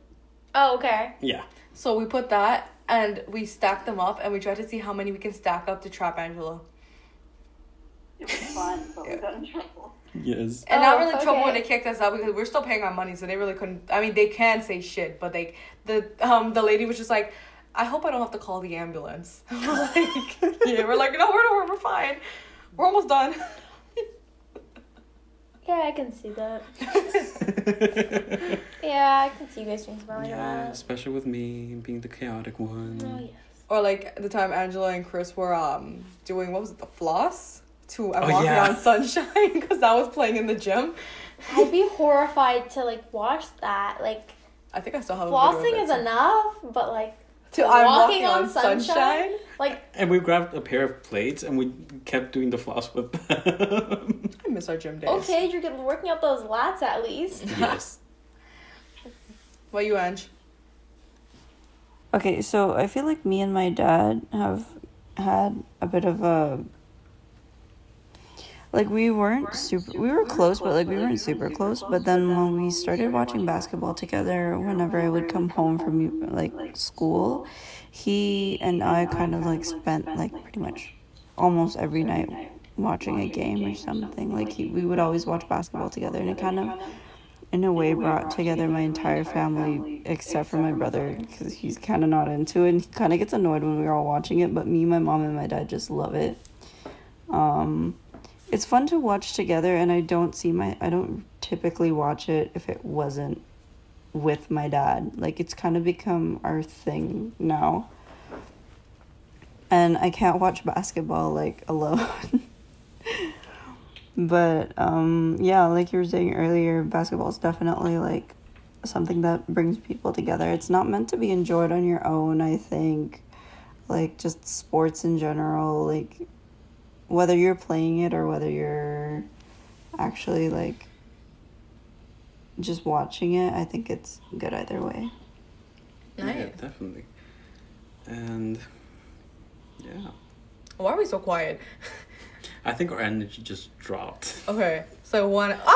S5: Oh, okay.
S3: Yeah.
S2: So we put that and we stack them up and we try to see how many we can stack up to trap Angelo.
S9: It was fun, but we got in trouble.
S3: Yes.
S2: And not
S5: Oh,
S2: really trouble when
S5: okay.
S2: they kicked us out because we're still paying our money, so they really couldn't. I mean, they can say shit, but like the um the lady was just like, "I hope I don't have to call the ambulance." We're like, yeah, we're like, no, we're we're fine. We're almost done.
S5: Yeah, I can see that. Yeah, I can see you guys doing something like
S3: Yeah,
S5: that.
S3: especially with me being the chaotic one.
S5: Oh yes.
S2: or like the time Angela and Chris were um doing what was it the floss to I
S3: Oh,
S2: walk
S3: yeah.
S2: around sunshine because that was playing in the gym.
S5: I'd be horrified to like watch that. Like
S2: I think I still have a video
S5: flossing
S2: of
S5: is
S2: it.
S5: enough, but like
S2: To I'm walking, on, sunshine.
S5: like
S3: And we grabbed a pair of plates and we kept doing the floss with them.
S2: I miss our gym days.
S5: okay, you're getting working up those lats at least.
S3: yes.
S2: What you Ange?
S4: Okay, so I feel like me and my dad have had a bit of a like we weren't super we were close but like we weren't super close but then when we started watching basketball together whenever I would come home from like school he and I kind of like spent like pretty much almost every night watching a game or something like he, we would always watch basketball together and it kind of in a way brought together my entire family except for my brother because he's kind of not into it and he kind of gets annoyed when we're all watching it but me my mom and my dad just love it um it's fun to watch together and i don't see my i don't typically watch it if it wasn't with my dad like it's kind of become our thing now and i can't watch basketball like alone but um yeah like you were saying earlier basketball is definitely like something that brings people together it's not meant to be enjoyed on your own i think like just sports in general like whether you're playing it or whether you're actually like just watching it i think it's good either way
S3: Yeah, definitely. And yeah.
S2: Why are we so quiet?
S3: I think our energy just dropped.
S2: Okay, so one. Ah!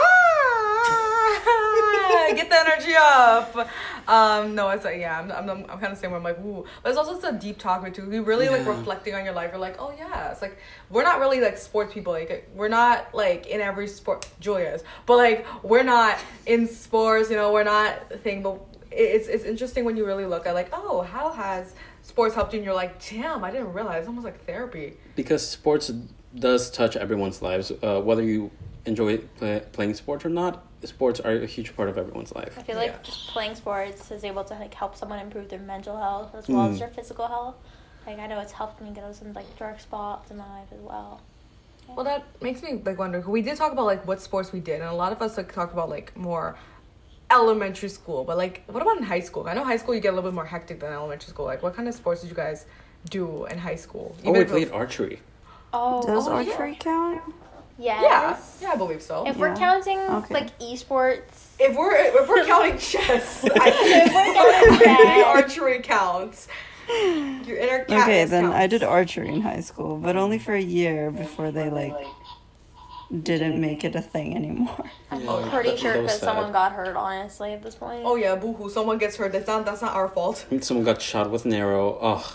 S2: yeah, get the energy up. Um, no, it's like, yeah, I'm, I'm, I'm kind of saying where I'm like, ooh. But it's also it's a deep talk with too. You really like
S6: Yeah.
S2: reflecting on your life. You're like, oh yeah, it's like we're not really like sports people. Like we're not like in every sport. Julia's, but like we're not in sports. You know, we're not thing. But it- it's it's interesting when you really look at like, oh, how has sports helped you? And you're like, damn, I didn't realize. It's almost like therapy.
S3: because sports does touch everyone's lives uh, whether you enjoy play, playing sports or not sports are a huge part of everyone's life
S5: I feel like just playing sports is able to like help someone improve their mental health as well
S3: Mm.
S5: as their physical health. Like I know it's helped me get out of some like dark spots in my life as well.
S2: Well, that makes me like wonder. We did talk about like what sports we did, and a lot of us like talked about like more elementary school. But like, what about in high school? I know high school you get a little bit more hectic than elementary school. Like, what kind of sports did you guys do in high school?
S3: oh
S2: Even
S3: we
S2: if it was-
S3: played archery
S5: Oh,
S4: Does
S2: oh, yeah.
S4: archery count?
S2: yeah,
S5: yes.
S2: yeah, I believe so.
S5: If
S2: If,
S5: we're
S4: Yeah.
S5: counting
S4: Okay.
S5: like esports,
S2: we're if we're counting chess, I think
S5: chess.
S2: archery counts. Your inner cat
S4: Okay,
S2: is
S4: then I
S2: counts.
S4: did archery in high school, but only for a year before they like didn't make it a thing anymore.
S5: I'm
S3: Oh, Yeah,
S5: pretty
S3: that-
S5: sure
S3: that was
S5: because someone
S3: sad.
S5: got hurt. Honestly, at this point.
S2: Oh yeah, boohoo! Someone gets hurt. That's not that's not our fault.
S3: someone got shot with an arrow oh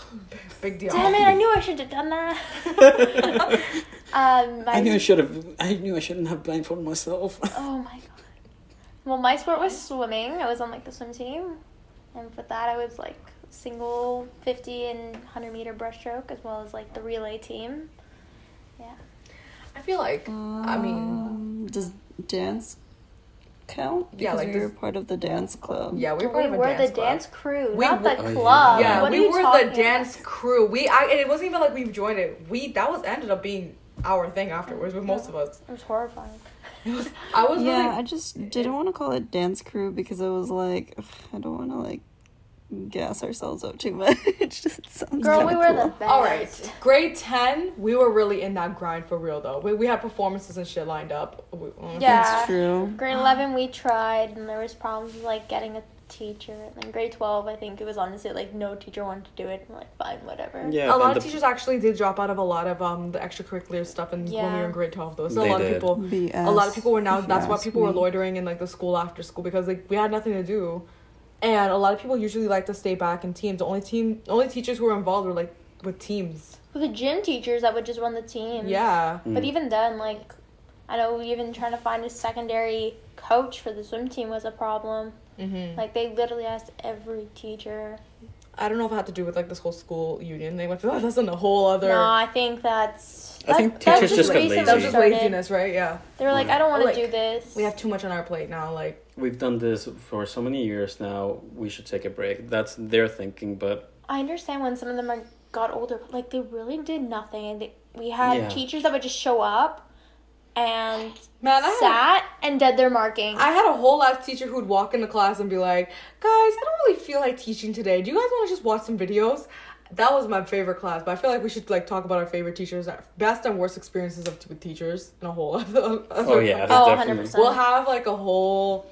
S2: Big deal.
S5: Damn it! I knew I should have done that. um, my
S3: i knew i should have i knew i shouldn't have blindfolded myself
S5: Oh my god. Well, my sport was swimming. I was on like the swim team, and for that I was like single fifty and hundred meter breaststroke as well as like the relay team.
S2: I feel like I mean
S4: Um, does dance count? Because
S2: Yeah, like
S4: we
S2: this-
S4: were part of the dance club.
S2: yeah, we were
S5: We
S2: part of a
S5: were
S2: dance
S5: the
S2: club.
S5: dance crew,
S2: We
S5: not
S2: were-
S5: the
S3: Oh, yeah.
S5: club.
S2: Yeah,
S5: What are
S2: we
S5: you
S2: were
S5: talking
S2: the dance crew. We I and it wasn't even like we joined it. We that was ended up being our thing afterwards with most of us.
S5: About? It was horrifying.
S2: It was, I was eh,
S4: Yeah, I
S2: really
S4: just didn't want to call it dance crew because I was like, "Ugh, I don't want to like gas ourselves up too much. it just sounds
S5: Girl,
S4: kinda
S5: we were
S4: cool.
S5: the best.
S2: all right. Grade ten, we were really in that grind for real though. We, we had performances and shit lined up. We- mm.
S5: Yeah.
S4: That's true.
S5: Grade eleven, we tried, and there was problems with, like getting a teacher. And then grade twelve, I think it was honestly like no teacher wanted to do it. I'm like, fine, whatever.
S3: yeah
S2: A
S3: and
S2: lot of
S3: the-
S2: teachers actually did drop out of a lot of um the extracurricular stuff, and when we
S5: Yeah.
S2: were in grade twelve, though, so
S3: They
S2: a lot
S3: did.
S2: of people,
S4: BS,
S2: a lot of people were now.
S4: if you
S2: That's why
S4: ask
S2: people were
S4: me.
S2: loitering in like the school after school because like we had nothing to do, and a lot of people usually like to stay back in teams. The only team, only teachers who were involved were like with teams.
S5: With the gym teachers that would just run the team.
S2: Yeah.
S5: But
S3: Mm.
S5: even then, like, I know even trying to find a secondary coach for the swim team was a problem.
S2: Mm-hmm.
S5: Like, they literally asked every teacher.
S2: I don't know if it had to do with like this whole school union. They went through that's in a whole other.
S5: No, I think that's.
S3: I think
S5: that- that
S3: teachers
S5: was
S3: just got
S5: recently
S3: lazy.
S2: that was just
S5: started.
S2: laziness, right? Yeah.
S5: They were like, I don't want to
S2: Like,
S5: do this.
S2: We have too much on our plate now. Like,
S3: we've done this for so many years now we should take a break that's their thinking but
S5: I understand when some of them are, got older, but like, they really did nothing. And they, we had
S3: Yeah.
S5: teachers that would just show up and
S2: man, I had,
S5: sat and did their marking.
S2: I had a whole ass teacher who'd walk into class and be like, "Guys, I don't really feel like teaching today. Do you guys want to just watch some videos?" That was my favorite class, but I feel like we should like talk about our favorite teachers, our best and worst experiences of with teachers in a whole.
S3: oh
S2: oh
S3: yeah
S5: Oh,
S3: definitely
S5: 100%.
S2: We'll have like a whole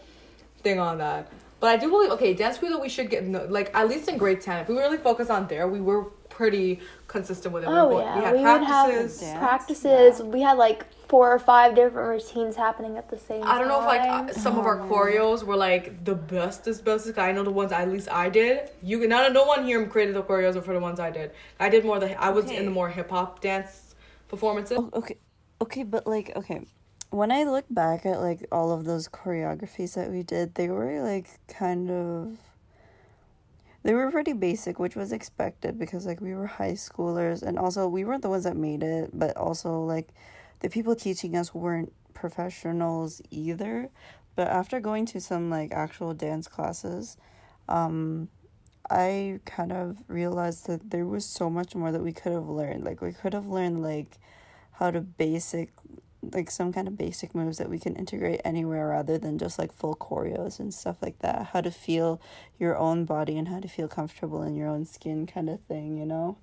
S2: thing on that. But I do believe okay, dance crew though we should get no- like at least in grade ten. If we really focus on there, we were pretty consistent with it.
S5: Oh
S2: we,
S5: yeah,
S2: we had
S5: we
S2: practices.
S5: would
S4: Dance,
S5: have practices. We had like four or five different routines happening at the same time.
S2: I don't know if like uh, some of our choreos were like the bestest, bestest. I know the ones at least I did. You can not no one here created the choreos for the ones I did. I did more the I was in the more hip hop dance performances.
S4: Oh, Okay, okay, but like, okay, when I look back at like all of those choreographies that we did, they were like kind of. They were pretty basic, which was expected because like we were high schoolers, and also we weren't the ones that made it, but also like the people teaching us weren't professionals either. But after going to some like actual dance classes, um, I kind of realized that there was so much more that we could have learned. Like we could have learned like how to basic like some kind of basic moves that we can integrate anywhere rather than just like full choreos and stuff like that. How to feel your own body and how to feel comfortable in your own skin kind of thing, you know?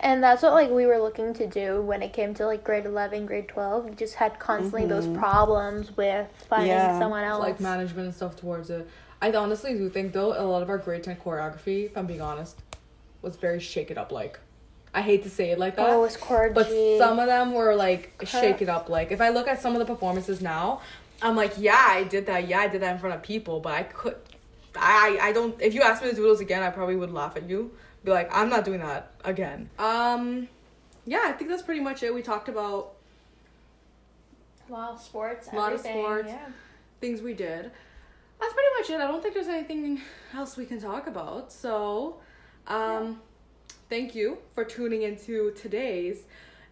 S5: And that's what like we were looking to do when it came to like grade eleven, grade twelve. We just had constantly those problems with finding
S4: Yeah.
S5: someone else.
S2: like management and stuff towards it. I honestly do think though a lot of our grade ten choreography, if I'm being honest, was very shake it up like. I hate to say it like that.
S5: Oh, it's
S2: But
S5: choreography.
S2: some of them were like shake it up like. If I look at some of the performances now, I'm like, yeah, I did that. Yeah, I did that in front of people, but I could. I I don't. If you asked me to do those again, I probably would laugh at you. Be like, I'm not doing that again. Um, yeah, I think that's pretty much it. We talked about
S5: A lot of sports.
S2: A lot of
S5: everything,
S2: sports.
S5: Yeah.
S2: things we did. That's pretty much it. I don't think there's anything else we can talk about. So, um, thank you for tuning into today's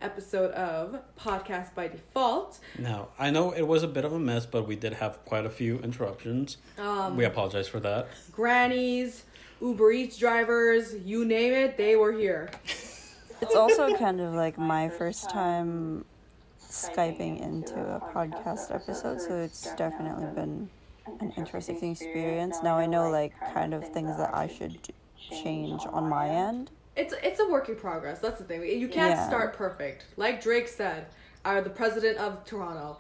S2: episode of Podcast by Default.
S3: Now, I know it was a bit of a mess, but we did have quite a few interruptions. Um, we apologize for that.
S2: Grannies, Uber Eats drivers, you name it, they were here.
S4: It's also kind of like my first time Skyping into a podcast episode, so it's definitely been an interesting experience. Now I know like kind of things that I should d- change on my end.
S2: It's it's a work in progress. That's the thing. You can't
S4: Yeah.
S2: start perfect. Like Drake said, are the president of Toronto.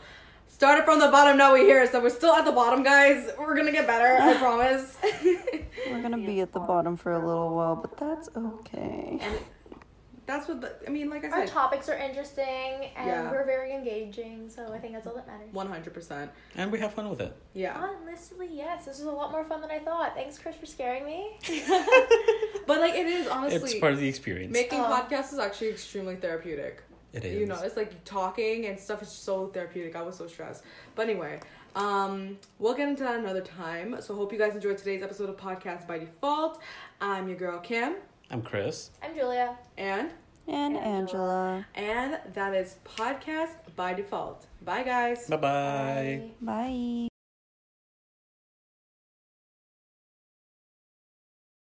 S2: Started from the bottom, now we're here. So we're still at the bottom, guys. We're gonna get better, I promise.
S4: We're gonna be at the bottom for a little while, but that's okay.
S2: That's what the, I mean. Like I
S5: Our
S2: said,
S5: topics are interesting and
S2: Yeah.
S5: we're very engaging, so I think that's all that matters.
S2: one hundred percent.
S3: And we have fun with it.
S2: Yeah.
S5: Honestly, yes, this was a lot more fun than I thought. Thanks, Chris, for scaring me.
S2: But like it is honestly
S3: It's part of the experience.
S2: making
S5: Oh.
S2: podcasts is actually extremely therapeutic.
S3: it is.
S2: You know, it's like talking and stuff is so therapeutic. I was so stressed. But anyway, um, we'll get into that another time. So hope you guys enjoyed today's episode of Podcast by Default. I'm your girl Kim,
S3: I'm Chris.
S5: I'm Julia.
S2: and
S4: And Angela,
S2: and that is Podcast by Default. Bye guys.
S3: Bye-bye.
S4: bye.